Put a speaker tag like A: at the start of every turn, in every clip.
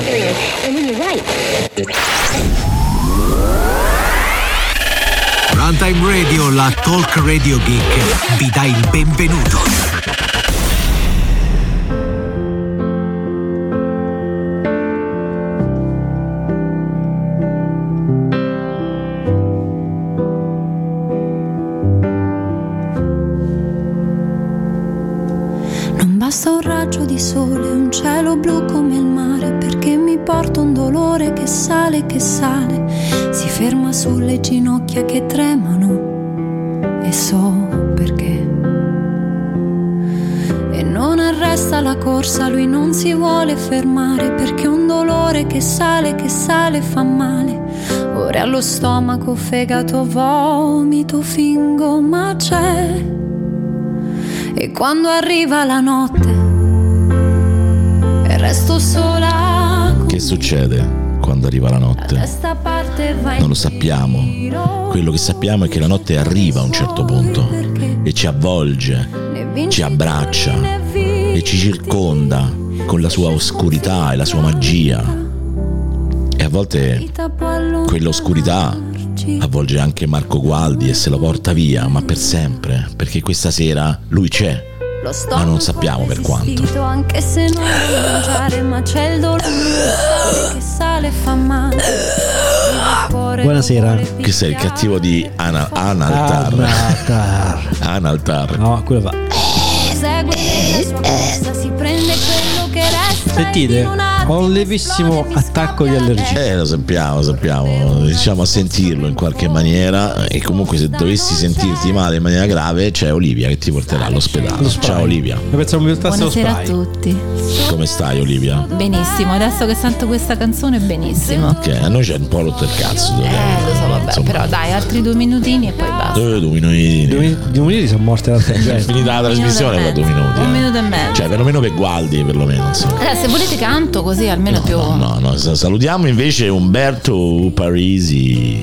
A: e lui lo sai.
B: Runtime Radio, la Talk Radio Geek, vi dà il benvenuto.
C: Non basta un raggio di sole, un cielo blu come il mare, perché mi porta un dolore che sale, che sale, si ferma sulle ginocchia che tremano e so perché. E non arresta la corsa, lui non si vuole fermare, perché un dolore che sale, che sale fa male. Ora è allo stomaco, fegato, vomito, fingo, ma c'è. E quando arriva la notte e resto sola con
D: Che succede quando arriva la notte?
C: questa parte vai
D: Non lo sappiamo. Quello che sappiamo è che la notte arriva a un certo punto e ci avvolge ci abbraccia e ci circonda con la sua oscurità e la sua magia. E a volte quell'oscurità avvolge anche Marco Gualdi e se lo porta via, ma per sempre, perché questa sera lui c'è.
C: ma
D: non sappiamo per quanto.
C: Anche se non voglio mangiare, ma c'è il dolore che sale e fa male. Il cuore
E: Buonasera.
C: non vuole
D: Che sei il
C: picchiare,
D: cattivo di Ana- Analtar.
E: Anatar.
D: Analtar.
E: No, quello fa.
C: Segue la sua corsa, si prende quello che resta.
E: Sentite,
C: e in un attimo
E: ho un lievissimo
C: esplode, mi
E: attacco di
C: scoppia la
E: allergia.
D: Eh, lo sappiamo, lo sappiamo, riusciamo a sentirlo in qualche maniera e comunque se dovessi sentirti male in maniera grave c'è Olivia che ti porterà all'ospedale.
E: Lo spray.
D: Ciao Olivia,
E: Io pensavo mi portasse lo
F: Buonasera a
E: spray.
F: tutti.
D: come stai Olivia?
F: Benissimo, adesso che sento questa canzone benissimo.
D: Che a noi c'è un po' rotto il cazzo.
F: Eh, lo so, vabbè, però dai, altri due minutini e poi basta.
D: Dove due minuti?
E: Due min- due minuti sono morte l'altra
D: È
E: gente.
D: finita la trasmissione da
F: Un
D: due
F: minuto e
D: minuti.
F: mezzo. Un
D: eh.
F: minuto e mezzo.
D: Cioè, perlomeno per Gualdi, perlomeno. Insomma.
F: Allora, se volete canto così almeno più...
D: No, no, no, sa- Salutiamo invece Umberto Parisi.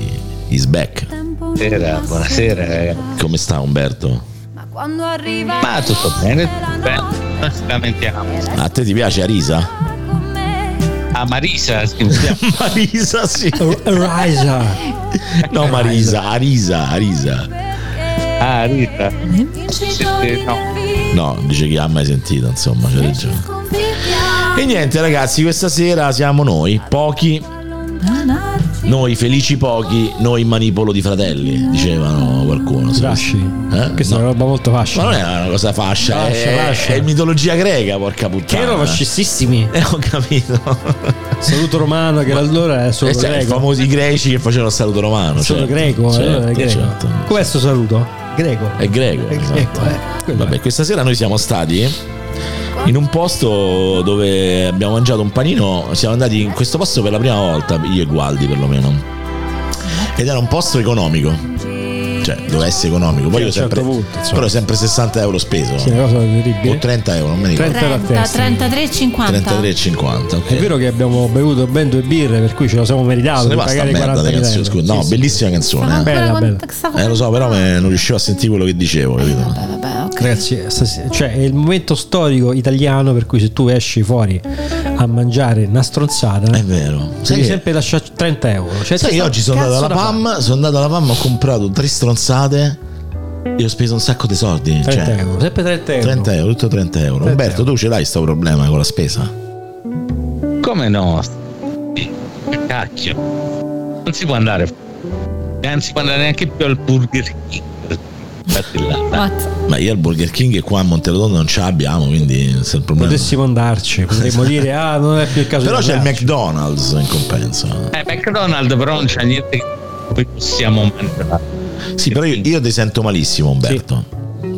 D: Is back.
G: Buonasera, buonasera. ragazzi.
D: Come sta Umberto?
C: Ma quando arriva
G: Ma tutto bene? tutto bene. Non ci lamentiamo.
D: A te ti piace Arisa?
C: con me,
G: Ah, Marisa, scusiamo.
D: Marisa, sì.
E: Risa.
D: No, Marisa, Arisa, Arisa.
G: Ah, Rita. Sì, sì, no.
D: No, dice che ha mai sentito, insomma, c'è ragione. E niente, ragazzi, questa sera siamo noi, pochi, noi felici pochi, noi in manipolo di fratelli, dicevano qualcuno. se-
E: Fasci.
D: Eh?
E: Questa è
D: No.
E: una roba molto
D: Ma
E: fascia.
D: non è una cosa fascia,
E: Fascia,
D: è,
E: fascia.
D: è mitologia greca, porca
E: Che
D: puttana.
E: erano fascissimi.
D: Eh, ho capito.
E: Saluto romano che allora è solo
D: Eh, cioè, i
E: greco.
D: famosi greci che facevano il saluto romano.
E: Solo
D: certo,
E: greco.
D: certo,
E: allora è greco.
D: certo.
E: Com'è sto saluto? Greco.
D: È greco.
E: È
D: esatto.
E: greco, eh. Quello
D: Vabbè, questa sera noi siamo stati in un posto dove abbiamo mangiato un panino. Siamo andati in questo posto per la prima volta, io e Gualdi perlomeno. Ed era un posto economico. Cioè, doveva essere economico. Poi
E: Sì, a
D: io
E: un certo
D: sempre,
E: punto, insomma.
D: però sempre 60 euro speso.
E: Sì, è una cosa
D: O
E: terribile.
D: 30 euro, non mi ricordo.
E: 30 alla
F: 30,
E: testa.
F: 33, 50.
D: 33,50. ok.
E: È vero che abbiamo bevuto ben due birre, per cui ce lo siamo meritato.
D: Se ne
E: di
D: va sta
E: pagare
D: merda
E: 40
D: le canzoni, scusa. No, bellissima canzone. eh.
E: Bella, bella.
D: Eh, lo so, però me- non riuscivo a sentire quello che dicevo, capito?
F: Vabbè, vabbè, ok.
E: Ragazzi, stasera- cioè, è il momento storico italiano per cui se tu esci fuori a mangiare una stronzata,
D: È vero.
E: devi
D: Sai che,
E: sempre lasciare 30 euro.
D: sai
E: Cioè, c'è
D: che
E: sta
D: oggi sono
E: cazzo
D: andato alla
E: da fare.
D: PAM, sono andato alla PAM, ho comprato tre stronzate e ho speso un sacco di soldi.
E: 30
D: cioè,
E: euro, sempre 30 euro.
D: 30 euro, tutto 30 euro.
E: 30
D: Umberto, tu ce l'hai sto problema con la spesa?
G: Come no? Sì, Cacchio. Non si può andare. E Non si può andare neanche più al Burger King. Infatti là, là.
F: What?
D: Ma io al Burger King qua a Monterotondo non ce l'abbiamo, quindi se il problema.
E: Potessimo andarci, potremmo dire, ah, non è più il caso.
D: Però
E: di
D: c'è il
E: andarci.
D: McDonald's in compenso.
G: Eh, McDonald's però non c'è niente che poi possiamo mangiare.
D: Sì, però io, io ti sento malissimo, Umberto.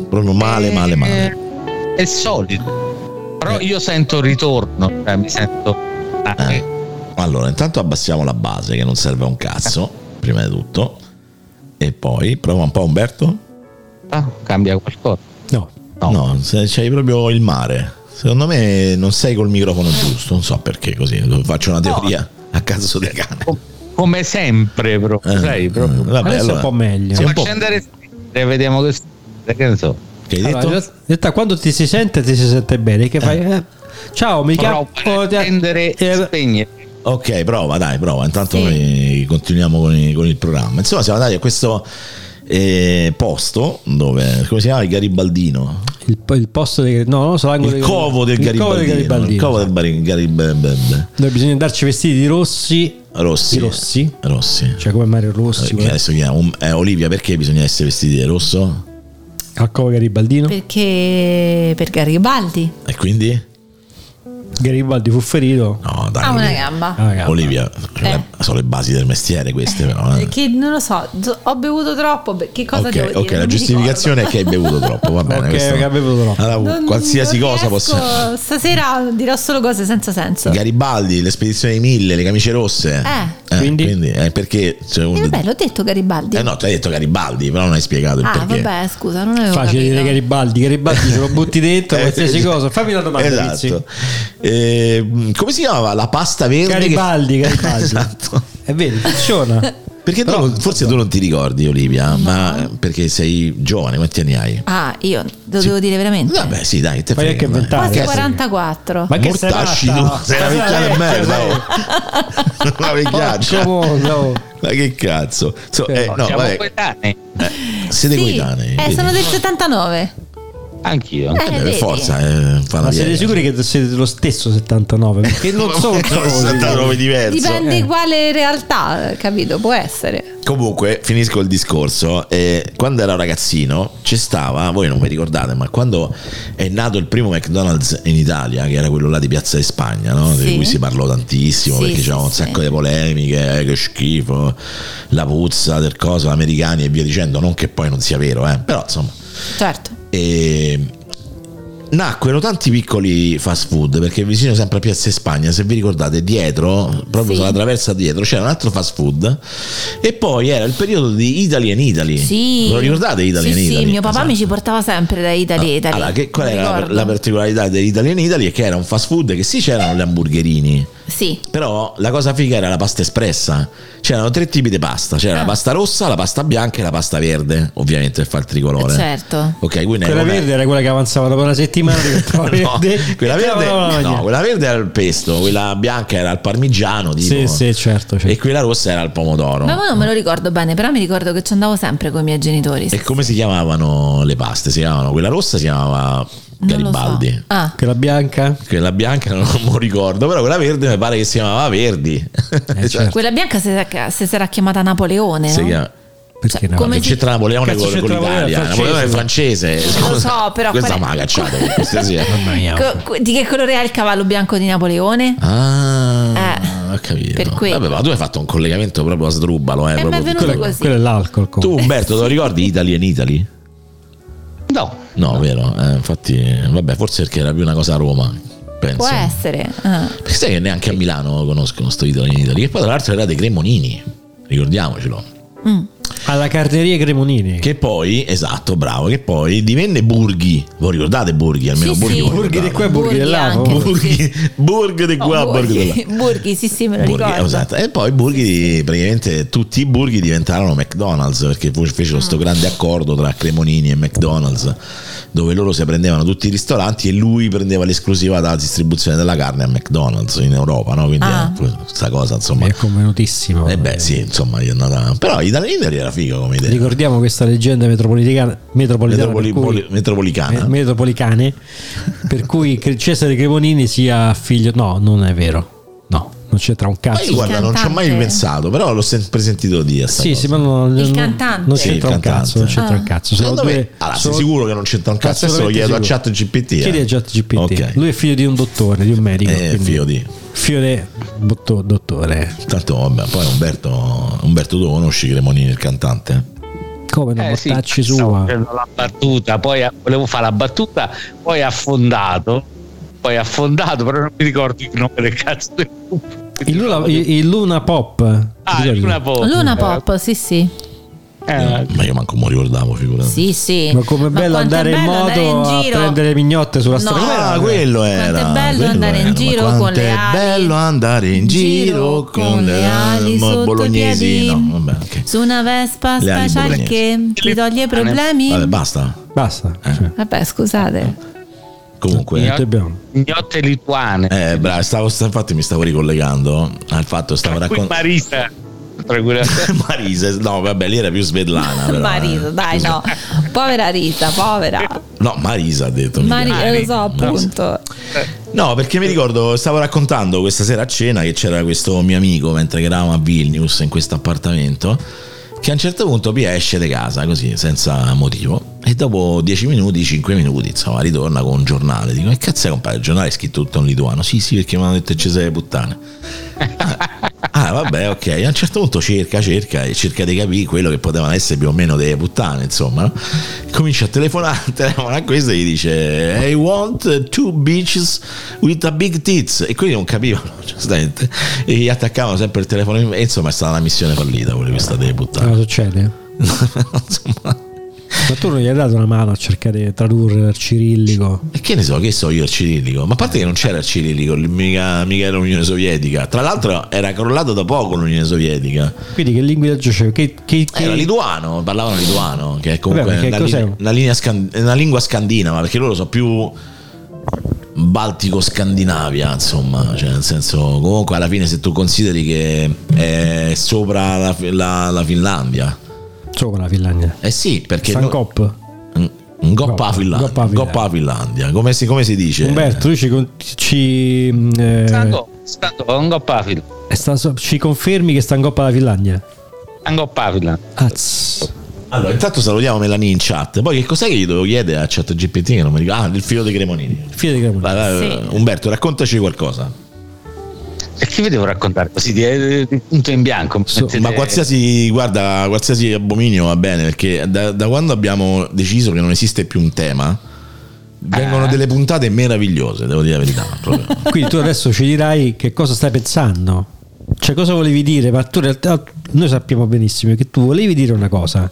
D: Proprio male, male, male.
G: Eh, È solito. Però io sento ritorno, cioè mi sento... Ah,
D: Eh. Allora, intanto abbassiamo la base che non serve a un cazzo, prima di tutto. E poi prova un po' Umberto.
G: ah, cambia qualcosa.
E: No,
G: No.
D: No, se c'hai proprio il mare. Secondo me non sei col microfono giusto, non so perché così. Faccio una teoria a cazzo del cane.
G: Com- Come sempre, proprio.
D: Eh,
G: sai, proprio.
D: eh, vabbè,
E: adesso è
D: allora,
E: un po' meglio.
D: sì,
G: Sì,
D: un
G: Facci andare e vediamo che che ne so.
D: Che hai
E: Allora,
D: detto?
E: in realtà- in realtà quando ti si sente ti Eh, si sente bene, che fai? eh, ciao, mi
G: Però
E: capo
G: prendere e spegnere.
D: Ok, prova, dai, prova. Intanto
F: Sì.
D: noi continuiamo con, i- con il programma. Insomma, siamo andati a questo eh, posto dove come si chiama il Garibaldino?
E: Il, il posto dei no, non lo so, l'angolo
D: Il
E: dei-
D: covo del
E: il covo
D: Garibaldino.
E: dei Garibaldini.
D: Il covo del Bari- Garibaldino.
E: Noi bisogna andarci vestiti di rossi,
D: Rossi.
E: Di Rossi?
D: Rossi.
E: cioè come Mario Rossi,
D: Che adesso chiama un- eh, Olivia, perché bisogna essere vestiti di rosso?
E: al covo Garibaldino.
F: Perché per Garibaldi
D: E quindi?
E: Garibaldi fu ferito.
D: No, dai.
F: ha una
D: Olivia.
F: gamba.
E: Ah, raga.
D: Olivia, sono le basi del mestiere queste però. eh.
F: Eh. Che non lo so, zo- ho bevuto troppo. be- Che cosa
D: Ok,
F: devo dire?
D: ok, la
F: Non mi
D: giustificazione è
F: ricordo.
D: che hai bevuto troppo, va bene.
E: Ok,
D: questo-
E: che avevo troppo.
D: Allora,
F: Non-
D: qualsiasi
F: non
D: cosa
F: riesco-
D: possiamo.
F: Stasera dirò solo cose senza senso.
D: Garibaldi, le spedizioni di mille, le camicie rosse.
F: Eh.
E: Quindi?
D: eh, perché c'è un-
F: E vabbè, l'ho detto Garibaldi.
D: Eh no, tu hai detto Garibaldi, però non hai spiegato il
F: ah,
D: perché.
F: vabbè, scusa, non avevo
E: Facile
F: capito.
E: dire Garibaldi, Garibaldi ce lo butti dentro,
D: Eh,
E: qualsiasi
D: sì.
E: cosa. Fammi la domanda, Rizzi.
D: Esatto. Eh, come si chiamava la pasta verde? che-
E: Garibaldi, Garibaldi.
D: esatto.
E: È vero, funziona.
D: Perché tu non- forse tu non ti ricordi, Olivia, ma eh, perché sei giovane, quanti anni hai?
F: Ah, io lo devo dire veramente.
D: Vabbè, sì, dai, te
E: Ma
D: frega.
E: che
D: dai.
E: inventare?
F: Quasi
E: Ragazzi.
F: 44.
E: Ma che sei
D: Mortacci tu,
E: fatta?
D: sei una vecchiaia di merda. oh. Una vecchiaccia.
E: Porco mondo.
D: Ma che cazzo? So, eh, no,
G: Siamo
D: vabbè, Eh.
G: coetanei.
D: siete
F: Sì,
D: coetanei.
F: eh,
D: vedi?
F: sono del 79.
G: Anch'io.
F: Eh,
D: Eh, beh, per
F: vedi.
D: forza, eh, fa la
E: Ma siete
D: piega.
E: sicuri che siete lo stesso 79? Perché non so, non so
D: Sono
E: cosa dire.
D: 79 diverso.
F: Dipende quale realtà, eh, capito? Può essere.
D: Comunque, finisco il discorso. eh, quando ero ragazzino, c'è stava, voi non vi ricordate, ma quando è nato il primo McDonald's in Italia, che era quello là di Piazza di Spagna, no? di
F: Sì.
D: cui si parlò tantissimo
F: Sì,
D: perché
F: sì,
D: c'erano un
F: sì.
D: sacco di polemiche, eh, che schifo, la puzza del coso, americani e via dicendo. Non che poi non sia vero, eh, però insomma.
F: Certo.
D: e nacquero tanti piccoli fast food perché vicino sempre a Piazza Spagna se vi ricordate dietro proprio
F: Sì.
D: sulla traversa dietro c'era un altro fast food e poi era il periodo di Italy in Italy
F: Sì.
D: Ve lo ricordate Italy in
F: Sì,
D: Italy
F: sì, mio papà
D: Esatto. Ah,
F: mi ci portava sempre da Italy. Italy.
D: Allora, che, qual
F: Mi
D: era la,
F: ricordo.
D: la particolarità dell'Italia in Italy? È che era un fast food che sì c'erano gli hamburgerini,
F: Sì.
D: però la cosa figa era la pasta espressa. C'erano tre tipi di pasta: c'era
F: Ah.
D: la pasta rossa, la pasta bianca e la pasta verde, ovviamente per fare il tricolore.
F: Certo.
D: Ok, quindi
E: Quella
D: era-
E: verde era quella che avanzava dopo una settimana. diventava
D: No,
E: verde,
D: quella,
E: e andava
D: verde,
E: alla
D: no,
E: lavagna.
D: quella verde era il pesto, quella bianca era il parmigiano, tipo,
E: Sì, sì, certo. certo.
D: e quella rossa era il pomodoro.
F: Ma poi non me lo ricordo bene, però mi ricordo che ci andavo sempre con i miei genitori.
D: E come si chiamavano le paste? Si chiamavano, quella rossa si chiamava
F: Non lo so.
D: Garibaldi.
F: Ah,
E: Quella bianca?
D: Quella bianca non mi ricordo, però quella verde mi pare che si chiamava Verdi. Cioè,
E: certo.
F: quella bianca se, se sarà chiamata Napoleone.
D: si
F: no?
D: chiama-
E: Perché
F: Cioè,
E: no?
F: come-
D: Che
F: si-
D: c'entra Napoleone
E: Cazzo
D: con, con
E: c'entra Napoleone,
D: l'Italia?
E: è
D: Napoleone è francese.
F: Non lo so, però
D: Questa
F: qual è-
D: ma cacciata per cortesia.
F: Co- co- di che colore è il cavallo bianco di Napoleone?
D: Ah,
F: Eh,
D: ho capito.
F: per quello.
D: Vabbè, ma tu hai fatto un collegamento proprio a Sdrubalo. Eh,
F: mi è
D: proprio-
F: venuto
E: Quello,
F: così.
E: quello è l'alcol.
D: Tu,
E: comunque.
D: Umberto, te lo ricordi Italy in Italy?
G: No.
D: No, vero? eh, infatti, vabbè, forse perché era più una cosa a Roma. Penso.
F: Può essere. Ah.
D: Perché sai che neanche a Milano conoscono sto Italy in Italy. Che poi, tra l'altro, era dei Cremonini. Ricordiamocelo.
E: Alla carteria Cremonini.
D: Che poi, esatto, bravo, che poi divenne Burghi. Voi ricordate Burghi? Almeno
F: Sì,
D: Burghi.
F: sì.
D: lo
E: Burghi di
D: ricordate.
E: qua e Burghi
F: Burghi
E: di là.
F: anche.
E: no?
D: Burghi, Burghi di qua,
F: No,
D: Burghi di là.
F: Borghi, Borghi, sì, sì, me lo
D: Burghi,
F: ricordo.
D: esatto. E poi Burghi, praticamente tutti i Burghi diventarono McDonald's perché fu- fecero
F: Mm.
D: questo grande accordo tra Cremonini e McDonald's dove loro si prendevano tutti i ristoranti e lui prendeva l'esclusiva dalla distribuzione della carne a McDonald's in Europa, no? Quindi
F: Ah.
D: eh, questa cosa, insomma.
E: Mi è convenutissimo.
D: E Eh beh, sì, insomma, gli è andata. Però Italy Italy era figo come idea.
E: Ricordiamo questa leggenda metropolitana, metropolitana
D: Metropoli-
E: per cui-
D: poli- metropolitana.
E: me- metropolicane, per cui Cre- Cesare Cremonini sia figlio. No, non è vero. No, non c'entra un
D: Ma io
E: cazzo.
D: guarda, non ci ho mai
F: cantante.
D: pensato, però l'ho sempre sentito dire. sta
E: Sì,
D: cosa.
E: sì, ma non,
F: Il
E: non-
F: cantante.
E: non
D: Sì,
E: c'entra
D: il
E: un cazzo.
D: cantante.
E: Non c'entra
F: Ah.
E: un cazzo. Sono
D: Secondo me,
E: due-
D: allora, sei
E: sono-
D: sicuro che non c'entra un cazzo? Adesso lo
E: assolutamente
D: chiedo a
E: sicuro.
D: chat GPT.
E: Chiedi a ChatGPT.
D: eh. Ok.
E: Lui è figlio di un dottore, di un medico.
D: Eh,
E: quindi-
D: figlio di-
E: Figlio di dotto- dottore.
D: Tanto vabbè, poi Umberto, Umberto tu conosci Cremonini il cantante?
E: Come non
G: Eh, sì,
E: portarci
G: stavo
E: sua?
G: facendo la battuta, poi a- volevo fare la battuta, poi affondato, poi affondato, però non mi ricordo il nome del cazzo del gruppo.
E: Il Luna, il- il Luna Pop.
G: Ah,
E: Ti ricordi?
G: Luna Pop.
F: Luna Pop, sì, sì.
G: Eh,
D: Ma io manco mi ricordavo, figurati.
F: Sì, sì.
E: Ma com'è bello
F: quanto è
E: andare in moto
F: andare in
E: a
F: giro.
E: prendere le mignotte sulla
F: No.
E: strada.
D: Ah,
E: Com'era?
D: quello
F: è
D: era.
F: bello
D: quello
F: andare in
D: era, ma
F: giro
D: quanto
F: con le
D: è
F: ali.
D: bello andare in giro con le ali
F: sotto i
D: bolognesi.
F: piedi.
D: No, vabbè, ok.
F: Su una Vespa
D: Le ali
F: special
D: bolognesi.
F: che ti toglie i problemi.
D: Vabbè, basta.
E: Basta. Cioè,
F: Vabbè, scusate.
D: Comunque,
E: Niente abbiamo.
G: Gnotte lituane.
D: eh, bravo, stavo, sta- infatti mi stavo ricollegando al fatto che stavo
G: Tra cui
D: raccontando.
G: Marisa. Tranquillamente.
D: Marisa, no, vabbè, lì era più Svetlana. però, eh.
F: Marisa, dai no. Povera Rita, povera.
D: No, Marisa ha detto. mica.
F: Marisa, eh, lo so
D: Marisa.
F: appunto.
D: No, perché mi ricordo, stavo raccontando questa sera a cena che c'era questo mio amico mentre che eravamo a Vilnius in questo appartamento. Che a un certo punto Pia esce di casa così, senza motivo, e dopo 10 minuti, 5 minuti, insomma, ritorna con un giornale. Dico: Che cazzo è compadre? Il giornale è scritto tutto in lituano. Sì, sì, perché mi hanno detto che ci sei le puttane. Ah, vabbè, ok. A un certo punto cerca, cerca e cerca di capire quello che potevano essere più o meno delle puttane, insomma. no? Comincia a telefonare, telefona a questo e gli dice: I want two bitches with a big tits. E quindi non capivano, giustamente. E gli attaccavano sempre il telefono. in- E insomma, è stata una missione fallita quella questa delle
E: Cosa
D: puttane.
E: succede?
D: insomma.
E: Ma tu non gli hai dato una mano a cercare di tradurre dal cirillico?
D: E che ne so, che so io il cirillico? Ma a parte che non c'era il cirillico, mica, mica era l'Unione Sovietica. Tra l'altro era crollato da poco l'Unione Sovietica.
E: Quindi che linguaggio c'è? Che, che, che-
D: Eh, Era lituano, parlavano lituano, che è comunque
E: Vabbè, perché
D: una,
E: cos'è?
D: linea- una linea scan- una lingua scandinava, perché loro sono più baltico-scandinavia, insomma, cioè nel senso comunque alla fine se tu consideri che è sopra la, la- la Finlandia.
E: Sopra la Finlandia.
D: Eh sì, perché... no-
E: Sankop.
D: Mm, Goppa
E: Goppa,
D: a Finlandia,
E: Goppa a Finlandia.
D: Goppa a Finlandia, come si, come si dice?
E: Umberto, tu ci, con- ci, mm, eh,
G: Stango, stango, Ango Pavil.
E: sta- ci confermi che Stancoppa è la Finlandia?
G: Ango Pavil.
E: Azz.
D: Allora, intanto salutiamo Melanie in chat. Poi che cos'è che gli dovevo chiedere a chat GPT che non mi ricordo? Ah, del figlio dei Cremonini.
E: Fine di Cremona.
D: Vai, vai,
F: Sì.
D: vai. Umberto, raccontaci qualcosa.
G: E che vi devo raccontare? Così di, eh, di punto in bianco. Mettete-
D: Cioè, Ma qualsiasi, guarda, qualsiasi abominio va bene, perché da, da quando abbiamo deciso che non esiste più un tema, vengono
E: Eh.
G: Ah.
D: delle puntate meravigliose, devo dire la verità. proprio.
E: Quindi tu adesso ci dirai che cosa stai pensando. Cioè, cosa volevi dire? Ma tu in realtà noi sappiamo benissimo che tu volevi dire una cosa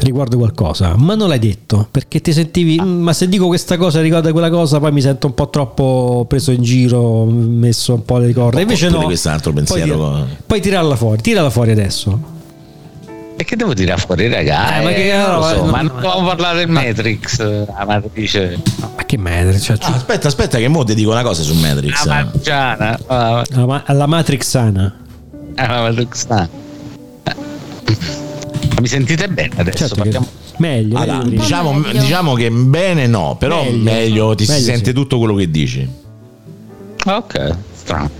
E: riguardo qualcosa, ma non l'hai detto perché ti sentivi.
D: Ah.
E: "Mm, Ma se dico questa cosa riguardo a quella cosa, poi mi sento un po' troppo preso in giro, messo un po' le corde. Invece
D: oppure
E: no.
D: questo è un altro
E: Poi
D: pensiero.
E: tira- Poi tirarla fuori, tirala fuori adesso.
G: E che devo dire fuori, raga?
E: Eh, ma
G: Eh,
E: che-
G: non lo so,
E: no,
G: ma
E: no,
G: non dobbiamo parlare del Matrix, Ah, amatrice.
E: Ma che merda, cioè,
D: Ah, aspetta, aspetta, che mo ti dico una cosa su
E: Ah,
D: Matrix.
G: La margiana. ah,
E: alla, ma- alla Matrixana.
G: ah, ma tu- ah. Mi sentite bene adesso?
E: Certo che-
G: Partiamo-
E: meglio, eh,
D: Allora,
E: meglio di prima.
D: diciamo,
F: meglio.
D: diciamo che bene no, però meglio,
E: Meglio.
D: ti si
E: Meglio,
D: sente
E: sì.
D: tutto quello che dici.
G: Ok, strano.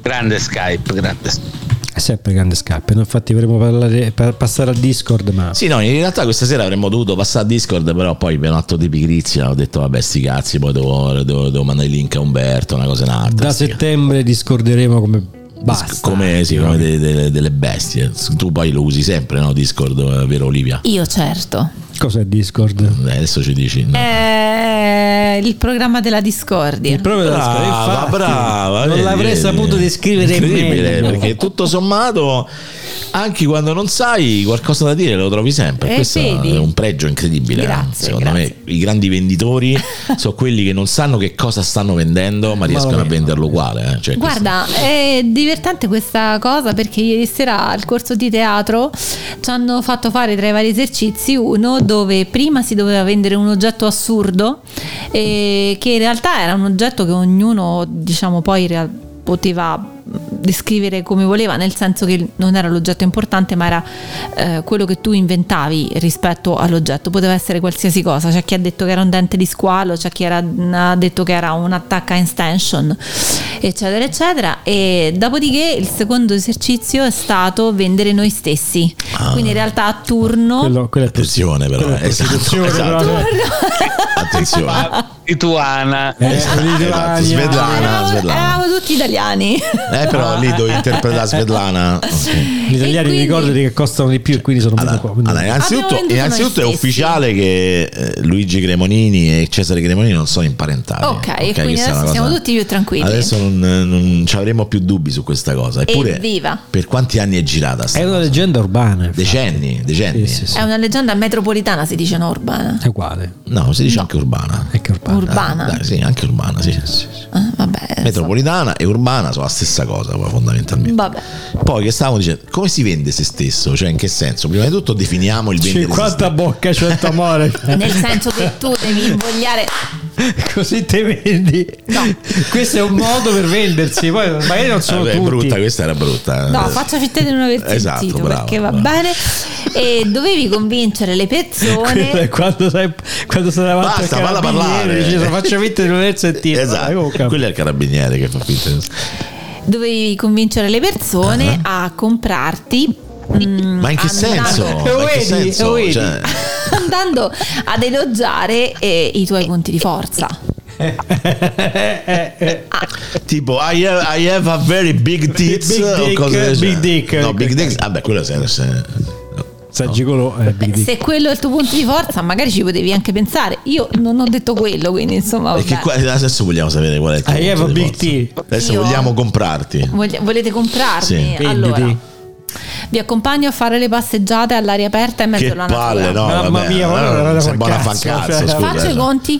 G: Grande Skype, grande Skype.
E: è sempre grande scappo. no? Infatti, dovremmo parlare- pa- passare al Discord, ma
D: Sì, no, in realtà questa sera avremmo dovuto passare a Discord, però poi per un atto di pigrizia ho detto vabbè sti cazzi, poi devo, devo- devo mandare il link a Umberto, una cosa e un'altra.
E: da
D: sti cazzi.
E: settembre discorderemo come
D: Sc-
E: basta.
D: Come, sì, come delle, delle- delle bestie. Tu poi lo usi sempre, no? Discord, eh, vero Olivia?
F: Io certo.
E: Cos'è Discord?
D: Eh, adesso ci dici. No.
F: Eh, il programma della discordia.
E: Proprio da
D: Brava,
E: Discord, infatti,
D: brava,
E: Non
D: vedi,
E: l'avrei
D: vedi.
E: saputo descrivere
D: Incredibile,
E: meglio.
D: perché tutto sommato, anche quando non sai, qualcosa da dire lo trovi sempre.
F: Eh,
D: Questo
F: vedi?
D: è un pregio incredibile. eh.
F: Grazie,
D: Secondo
F: grazie.
D: me, i grandi venditori sono quelli che non sanno che cosa stanno vendendo, ma riescono a
E: meno.
D: venderlo uguale. eh. Cioè,
F: Guarda, è divertente questa cosa perché ieri sera al corso di teatro ci hanno fatto fare tra i vari esercizi uno dove prima si doveva vendere un oggetto assurdo eh, che in realtà era un oggetto che ognuno diciamo poi in real- poteva descrivere come voleva nel senso che non era l'oggetto importante ma era eh, quello che tu inventavi rispetto all'oggetto poteva essere qualsiasi cosa c'è chi ha detto che era un dente di squalo c'è chi era- ha detto che era un'attacca extension eccetera eccetera e dopodiché il secondo esercizio è stato vendere noi stessi
D: Ah.
F: quindi in realtà a turno
E: Quello, quello è
D: questo- Attenzione, però.
E: Quella
D: eh, Esatto,
E: prostituzione,
D: esatto.
E: però. cioè,
D: Attenzione.
G: Lituana.
E: Eh,
D: Esatto,
E: Svetlana.
D: Svetlana,
F: Eravamo-
D: Svetlana.
F: eravamo tutti italiani
D: Eh, però lì devo interpretare Svetlana. Ok.
E: Gli italiani
F: quindi-
E: ricordati che costano di più e quindi sono
D: Allora,
E: meno qua. quindi-
D: allora, innanzitutto,
F: venduto
D: innanzitutto è
F: noi stessi.
D: ufficiale che eh, Luigi Cremonini e Cesare Cremonini non sono imparentati.
F: Ok, e quindi
D: questa è
F: adesso
D: una
F: siamo tutti più tranquilli.
D: Adesso non, non ci avremo più dubbi su questa cosa. Eppure,
F: Evviva.
D: per quanti anni è girata? sta
E: è una
D: cosa?
E: leggenda urbana. infatti.
D: Decenni, decenni.
E: Sì, sì, sì.
F: è una leggenda metropolitana si dice no urbana
E: È uguale.
D: No, si dice anche urbana. Ah,
E: È che urbana.
F: urbana
D: Dai, sì, anche urbana, sì.
F: Ah, vabbè
D: Metropolitana e urbana sono la stessa cosa, poi, fondamentalmente.
F: Vabbè.
D: Poi che stavamo dicendo, come si vende se stesso? Cioè, in che senso? Prima di tutto definiamo il vendere se
E: 50 bocca, 100 amore.
F: Nel senso che tu devi invogliare
E: Così te vendi. Questo è un modo per vendersi. Poi magari non sono
D: Vabbè,
E: tutti.
D: Eh, brutta, questa era brutta.
F: No, faccia finta di non aver sentito
D: Esatto, brava,
F: perché va
D: brava.
F: bene. E dovevi convincere le
E: Quello è
F: persone.
E: Cioè, quando sei, quando sei davanti
D: Basta,
E: al
D: falla
E: carabiniere,
D: parlare.
E: dici, "Se faccio finta di non aver sentito. Vai,
D: Esatto,
E: oh, cavolo.
D: quello è il carabiniere che fa finta. di-
F: Dovevi convincere le persone
D: Ah.
F: a comprarti. mm,
D: Ma in che
F: andando-
D: senso?
E: Lo
D: Ma in che
E: vedi? Lo
D: senso?
E: vedi?
D: Cioè,
F: Andando ad elogiare eh, i tuoi punti di forza.
D: tipo, I have, I have a very big tits.
E: Big
D: o
E: dick,
D: cose del
E: big
D: genere.
E: dick.
D: No, big dick. Vabbè, quello se- se-
E: Sai, gigolo, eh, Big Dick.
F: Se quello è il tuo punto di forza, magari ci potevi anche pensare. Io non ho detto quello, quindi insomma.
D: E che
F: vabbè.
D: qua- adesso vogliamo sapere qual è il tuo
E: I have
D: punto
E: a
D: di
E: big
D: forza. Adesso
F: Io-
D: vogliamo comprarti.
F: Voglia- Volete comprarmi?
D: Sì.
F: allora,
E: Venditi.
F: vi accompagno a fare le passeggiate all'aria aperta in mezzo
D: Che
F: alla
D: palle,
F: natura.
D: no?
E: Mamma
D: vabbè,
E: mia, ma
D: no,
E: allora era
D: sei
E: un
D: buona a fan
E: cazzo,
D: cazzo.
E: cioè.
D: scusa,
F: Faccio
D: eh.
F: i conti?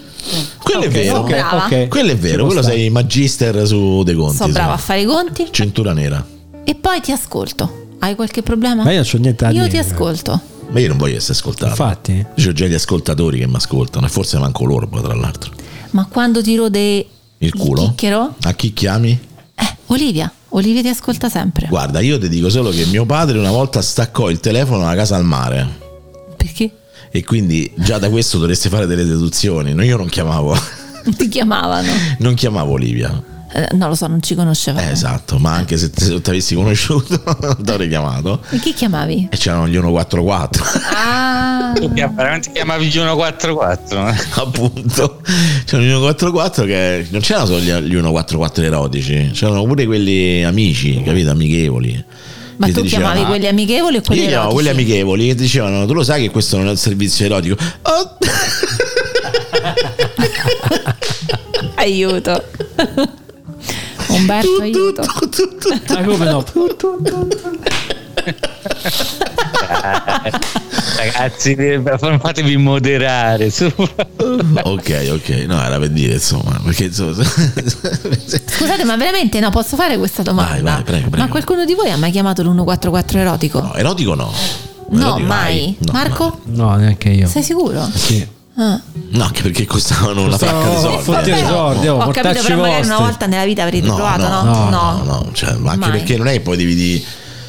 D: Quello è
E: Ok,
D: vero.
E: ok,
F: brava.
E: ok.
D: Quello è
E: Ci
D: vero.
E: può
D: Quello
E: stare.
D: sei magister su dei conti.
F: Sono brava a
D: sì.
F: fare i conti
D: Cintura nera.
F: e poi ti ascolto. Hai qualche problema?
E: Ma io non c'ho niente da
F: Io
E: dire.
F: ti ascolto.
D: Ma io non voglio essere ascoltato.
E: Infatti.
D: C'ho già gli ascoltatori che mi ascoltano e forse manco loro poi tra l'altro.
F: Ma quando ti rode
D: Il culo?
F: chicchero?
D: A chi chiami?
F: Eh, Olivia. Olivia ti ascolta sempre.
D: Guarda, io ti dico solo che mio padre una volta staccò il telefono alla casa al mare.
F: Perché?
D: E quindi già da questo dovresti fare delle deduzioni. No, io non chiamavo,
F: Ti chiamavano.
D: non chiamavo Olivia.
F: Eh, non lo so, non ci
D: Eh,
F: conoscevamo.
D: esatto, ma anche se ti avessi conosciuto non ti avrei chiamato.
F: E chi chiamavi?
D: E c'erano gli 144,
F: Ah,
G: Tu chiam- veramente chiamavi Gino 44 eh?
D: appunto. C'erano gli 144 che non c'erano solo gli, gli 144 erotici, c'erano pure quelli amici, capito? Amichevoli.
F: ma
D: Che ti
F: tu
D: dicevano,
F: chiamavi
D: "Ah,
F: quelli amichevoli o quelli
D: Io chiamavo
F: erotici?
D: quelli amichevoli che dicevano: Tu lo sai che questo non è un servizio erotico? Oh,
F: Aiuto. Umberto, aiuto.
E: Ma come no?
G: ragazzi eh, fatevi moderare su.
D: ok, ok, no, era per dire insomma. Perché insomma,
F: Scusate, ma veramente no, posso fare questa domanda?
D: Vai, vai, prego, prego.
F: Ma qualcuno di voi ha mai chiamato l'144 erotico?
D: no, erotico no.
F: no,
D: Erotico,
F: mai.
D: No,
F: Marco,
E: No, neanche io.
F: sei sicuro?
E: Sì.
F: Ah.
D: No, anche perché costavano una fracca di soldi.
E: fotti
D: eh.
E: risordi, oh,
F: Ho capito,
E: portarci
F: però magari
E: vostri.
F: una volta nella vita avrete provato, no?
D: no, no, no, cioè, ma anche
F: Mai.
D: perché non è che poi devi dire,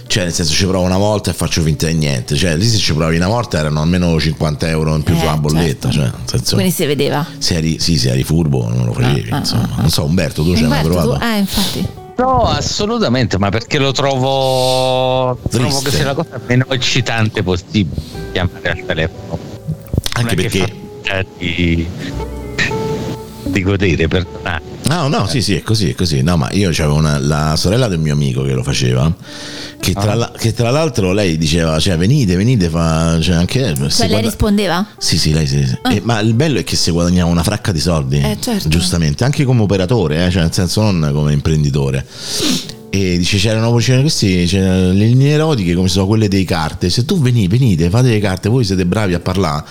D: cioè, nel senso ci provo una volta e faccio finta di niente, cioè, lì se ci provi una volta erano almeno 50 euro in più
F: Eh,
D: sulla bolletta,
F: certo.
D: cioè, nel senso,
F: Quindi si vedeva.
D: se eri, sì, se eri furbo non lo facevi,
F: Ah, ah,
D: insomma,
F: ah,
D: non so, Umberto, tu ce l'hai mai
F: Umberto,
D: provato?
F: tu- eh, infatti.
G: No, assolutamente, ma perché lo trovo trovo
D: Triste.
G: che sia la cosa meno eccitante possibile chiamare al telefono.
D: anche
G: Non è che
D: perché,
G: fa finta di, di godere, perdonate.
D: no, no, sì, sì, è così, è così, no, ma io c'avevo una, la sorella del mio amico che lo faceva, che tra,
G: Ah.
D: la- che tra l'altro lei diceva, cioè, venite, venite, fa, cioè, anche si
F: Cioè, lei
D: guarda-
F: rispondeva?
D: Sì, sì, lei sì. sì. Eh, ma il bello è che si guadagnava una fracca di soldi.
F: Ah. Eh, certo.
D: Giustamente, anche come operatore, eh, cioè nel senso non come imprenditore. E dice c'erano, c'erano questi, c'erano le linee erotiche come sono quelle dei carte. Se tu veni, venite, fate le carte, voi siete bravi a parlare.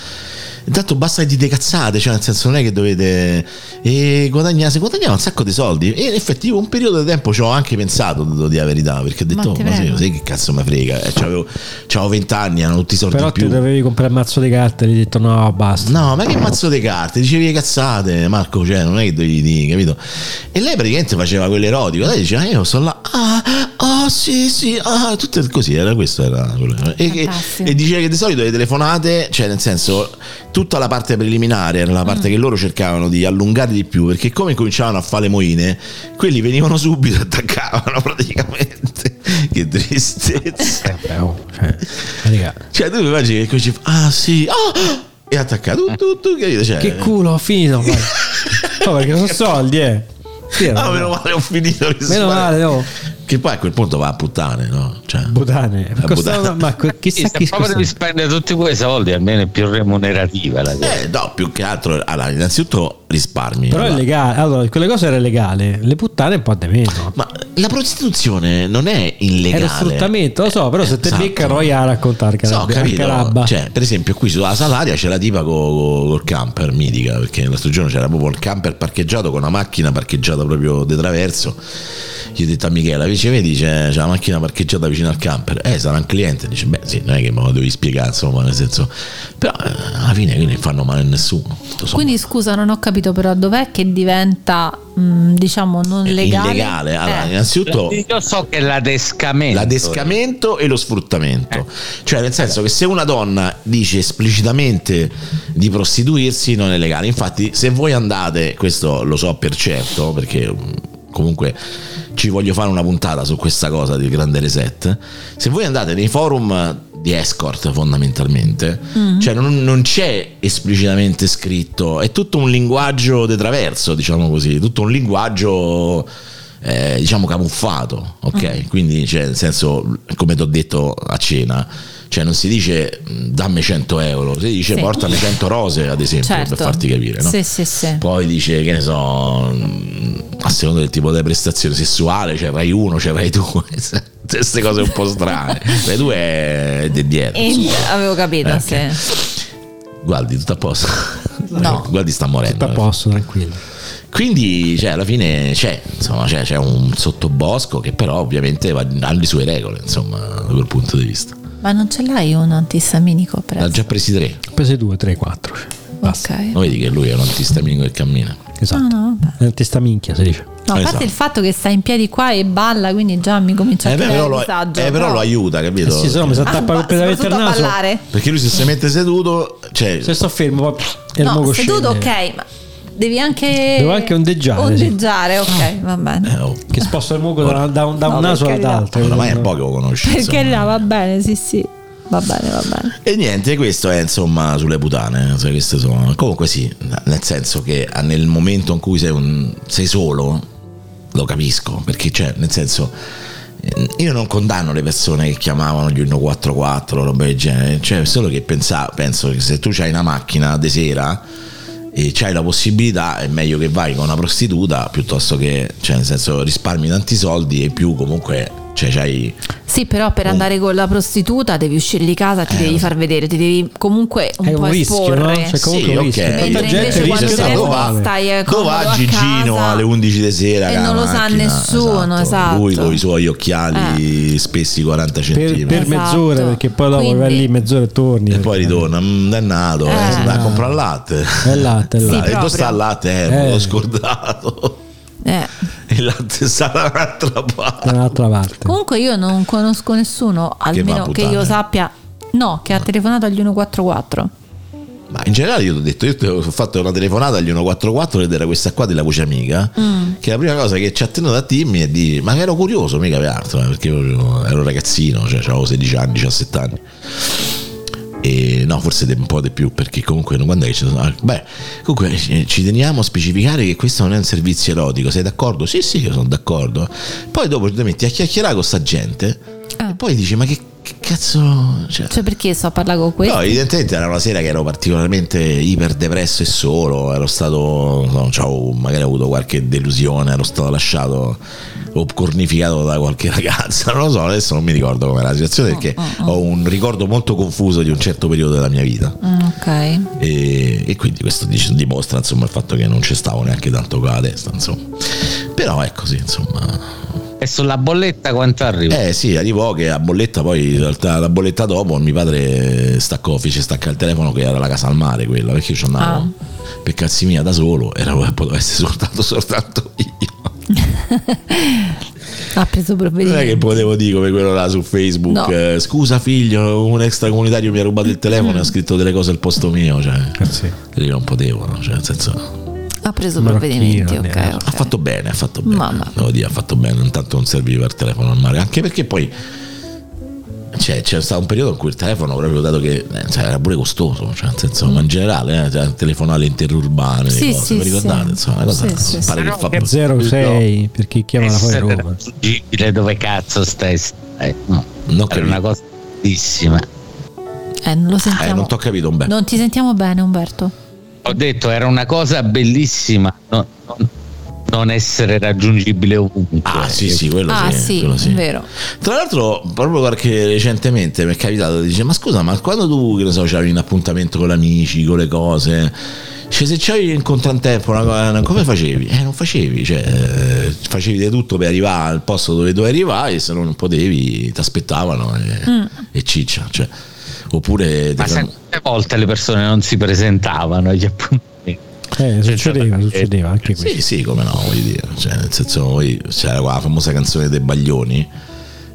D: Intanto basta che dite cazzate, cioè nel senso non è che dovete e guadagnare, si guadagnava un sacco di soldi e in effetti un periodo di tempo ci ho anche pensato, devo dire la verità, perché ho detto,
F: Ma
D: "Oh,
F: ti
D: ma sì,
F: prego."
D: sai che cazzo mi frega, eh, c'avevo, c'avevo 20 anni, erano tutti i soldi
E: Però
D: in più.
E: ti dovevi comprare il mazzo di carte e gli hai detto no, basta.
D: No, ma che mazzo di carte? Dicevi le cazzate, Marco, cioè, non è che devi dire, capito? E lei praticamente faceva quell'erotico, lei diceva, io sono là, ah, ah, sì, sì, ah, tutto così, era questo, era quello. E, che-
F: Fantastico.
D: e diceva che di solito le telefonate, cioè, nel senso, tutta la parte preliminare era la parte che loro cercavano di allungare di più, perché come cominciavano a fare le moine, quelli venivano subito e attaccavano praticamente. che tristezza.
E: Beh, oh, cioè, raga.
D: Cioè, tu immagini che così, ah, sì, ah, e attaccato, tu, tu, tu, capito? Cioè,
E: Che culo, ho finito. vai. No, perché sono soldi, eh. Sì,
D: Ah,
E: no,
D: meno male, ho finito. di
E: Meno
D: sparare.
E: male, oh.
D: Che poi a quel punto va a puttane, no? Cioè,
E: Butane.
D: A
E: Costava-
D: Butane.
E: ma co- chissà
G: Sì, se
E: chi
G: proprio devi spendere tutti quei soldi, almeno è più remunerativa la cosa.
D: eh, no, più che altro, allora, innanzitutto risparmi.
E: Però è
D: allora.
E: legale. Allora, quelle cose era legale. Le puttane un po' di meno.
D: Ma la prostituzione non è illegale.
E: Era sfruttamento, lo so, però se te
D: Esatto.
E: becca poi a raccontare
D: So,
E: carabba,
D: capito.
E: carabba.
D: Cioè, per esempio, qui sulla Salaria c'è la tipa co- co- col camper mitica, perché l'altro giorno c'era proprio il camper parcheggiato con una macchina parcheggiata proprio di traverso. Gli ho detto a Michela, dice, vedi c'è, c'è la macchina parcheggiata vicino al camper. Eh, sarà un cliente. Dice, beh sì, non è che me lo devi spiegare, insomma, nel senso... Però eh, alla fine quindi non fanno male a nessuno. Insomma.
F: Quindi scusa, non ho capito però dov'è che diventa, mh, diciamo, non
D: È
F: legale.
D: illegale. Allora,
F: Eh,
D: innanzitutto...
G: Io so che l'adescamento.
D: L'adescamento e lo sfruttamento. Cioè, nel senso che se una donna dice esplicitamente di prostituirsi non è legale. Infatti, se voi andate, questo lo so per certo, perché mm, comunque ci voglio fare una puntata su questa cosa del grande reset. Se voi andate nei forum di escort fondamentalmente, cioè non, non c'è esplicitamente scritto, è tutto un linguaggio de traverso, diciamo così, tutto un linguaggio eh, diciamo camuffato, ok?
F: Mm.
D: Quindi cioè, nel senso, come ti ho detto a cena, cioè non si dice "Mm, dammi 100 euro, si dice
F: Sì.
D: portami 100 rose ad esempio
F: Certo.
D: per farti capire, no?
F: Sì, sì, sì.
D: Poi dice che ne so, mm, a seconda del tipo di prestazione sessuale, cioè vai uno, cioè vai due, queste cose un po' strane. Rai due è di dietro.
F: E-
D: insomma.
F: Eh, avevo capito,
D: Eh,
F: sì.
D: Guardi, tutto a posto.
F: No.
D: Guardi, sta morendo.
E: Tutto a posto, tranquillo.
D: Quindi, cioè, alla fine c'è, insomma, c'è, c'è un sottobosco che però ovviamente va- ha le sue regole, insomma, da quel punto di vista.
F: Ma non ce l'hai un antistaminico
D: Ne ha
F: preso?
D: già presi tre.
F: Eh.
E: Ho preso 2, 3, 4. Basta.
F: Ok.
D: Non vedi che lui è un antistamingo che cammina.
E: Esatto.
F: Ah, No, no, vabbè.
E: È un testaminchia, si dice.
F: No, a parte
D: Esatto.
F: il fatto che sta in piedi qua e balla, quindi già mi comincia
D: Eh,
F: a
D: beh,
F: creare
D: però, lo,
F: Cioè, disagio.
D: eh, però
F: no?
D: lo aiuta, capito?
E: sì, se no mi si
F: Ah,
E: attappa
F: ba-
E: completamente il
F: soprattutto
E: naso.
F: a ballare.
D: Perché lui se si mette seduto, cioè,
E: Se sto fermo, poi e il
F: No,
E: moco
F: seduto
E: scende.
F: ok, ma devi anche
E: Devo anche ondeggiare, sì.
F: Ondeggiare, ok, va bene.
D: eh, oh,
E: Che sposta il muco da, da un, da un
F: No, per
E: naso
F: carità.
E: all'altro.
D: oramai è un po' che lo conosci.
F: Perché
D: insomma.
F: no, va bene, sì, sì. Va bene, va bene.
D: E niente, questo è insomma sulle putane. eh, sai, queste sono- Comunque sì, nel senso che ah, nel momento in cui sei, un- sei solo, lo capisco, perché cioè, nel senso... eh, Io non condanno le persone che chiamavano gli 144, roba del genere, cioè solo che pensa- penso che se tu hai una macchina di sera e hai la possibilità è meglio che vai con una prostituta piuttosto che, cioè nel senso risparmi tanti soldi e più comunque cioè, c'hai...
F: Sì, però per andare con la prostituta devi uscire di casa, ti devi far vedere, ti devi comunque un
E: È
F: po'
E: un rischio, no?
F: esporre.
E: Cioè, comunque
D: Sì,
E: un rischio.
D: ok.
E: Tanta
F: Mentre
E: gente
F: invece
E: rischia
F: quando
E: sta
F: sei
E: male.
F: fuori stai eh,
D: Dove
F: comodo
D: va
F: a
D: Gigino
F: casa.
D: alle 11 di sera?
F: E
D: che ha
F: non
D: la
F: lo sa
D: macchina?
F: nessuno, esatto. Eh.
D: Lui con i suoi occhiali spessi 40 centimetri.
E: per, per
F: Esatto.
E: mezz'ora, perché poi dopo
F: Quindi-
E: vai lì mezz'ora e torni.
D: eh. E poi ritorna, mmm, dannato, eh,
F: Eh.
D: sono andato a comprare il latte.
E: È latte, è
F: Sì,
E: latte.
D: e dove
F: proprio.
D: sta il latte? Eh, me
E: Eh.
D: l'ho scordato.
F: Eh.
D: Il latte sta dall'altra parte.
E: da un'altra parte.
F: Comunque io non conosco nessuno,
D: va a
F: almeno che
D: puttane.
F: io sappia, no, che ha telefonato agli 144.
D: Ma in generale io ti ho detto, io ti ho fatto una telefonata agli 144 ed era questa qua della voce amica, che la prima cosa che ci ha tenuto a Timmy è di, ma che ero curioso, mica per altro, eh, perché io ero un ragazzino, cioè avevo 16 anni, 17 anni. E no, forse de- un po' di più, perché comunque quando è che ci sono... ah, Beh, comunque eh, ci teniamo a specificare che questo non è un servizio erotico, sei d'accordo? Sì, sì, io sono d'accordo. Poi dopo ti metti a chiacchierare con sta gente
F: Ah.
D: e poi dici, ma che, che cazzo... cioè,
F: Cioè perché sto a parlare con questo?
D: No, evidentemente era una sera che ero particolarmente iperdepresso e solo, ero stato, non so, avevo magari avuto qualche delusione, ero stato lasciato o cornificato da qualche ragazza, non lo so, adesso non mi ricordo com'era la situazione perché ho un ricordo molto confuso di un certo periodo della mia vita
F: Mm, ok.
D: e, e quindi questo dice- dimostra insomma il fatto che non ci stavo neanche tanto con la testa, insomma. Però è così, insomma.
G: E sulla bolletta quanto arriva?
D: Eh sì, arrivò che a bolletta, poi in realtà la bolletta dopo mio padre staccò, fece staccare il telefono che era la casa al mare quella, perché io ci andavo per cazzi mia da solo, era potevo essere soltanto, soltanto io.
F: Ha preso
D: Non è
F: provvedimento.
D: che potevo dire come quello là su Facebook,
F: No.
D: eh, scusa figlio, un extracomunitario mi ha rubato il telefono e ha scritto delle cose al posto mio, cioè,
E: Eh sì.
D: io non potevo, no? Cioè, nel senso...
F: Ha preso
E: Marocchino,
F: provvedimenti,
E: ne-
F: ok. ok.
D: Ha fatto bene, ha fatto bene.
F: Mamma.
D: Devo dire, ha fatto bene. Intanto non serviva il telefono al mare. Anche perché poi. Cioè, c'è stato un periodo in cui il telefono, proprio dato che eh, cioè, era pure costoso, cioè, nel senso, ma in generale, eh, cioè, telefonate interurbane, le
F: Sì,
D: cose,
F: sì,
D: vi ricordate?
F: sì.
D: Insomma, una cosa
F: Sì, sì,
D: pare che
G: sì.
D: fa-
G: Però che-
E: 06 per chi chiama la poi
G: Essere
E: Roma.
G: raggiungibile dove cazzo stai? Eh, no,
D: Non
G: era
D: capito.
G: una cosa bellissima.
F: Eh, non lo
D: Eh,
F: sentiamo.
D: non ti ho capito un bel.
F: Non ti sentiamo bene, Umberto.
G: Ho detto era una cosa bellissima. no, no, non essere raggiungibile ovunque.
D: Ah, sì, sì, quello
F: Ah,
D: sì.
F: sì,
D: quello sì.
F: è vero.
D: Tra l'altro, proprio qualche recentemente mi è capitato dice: Ma scusa, ma quando tu che ne so, c'avevi un appuntamento con gli amici, con le cose. Cioè, se c'avevi in contrantempo una cosa, una- come facevi? Eh, non facevi, cioè, eh, facevi di tutto per arrivare al posto dove dovevi arrivare e se no non potevi, ti aspettavano e, e ciccia. Cioè. Oppure
G: Ma
D: ti
G: sai quante volte le persone non si presentavano agli appuntamenti?
E: Eh, succedeva, succedeva anche questo.
D: Sì, sì, come no, voglio dire. Cioè, nel senso, poi c'era quella famosa canzone dei Baglioni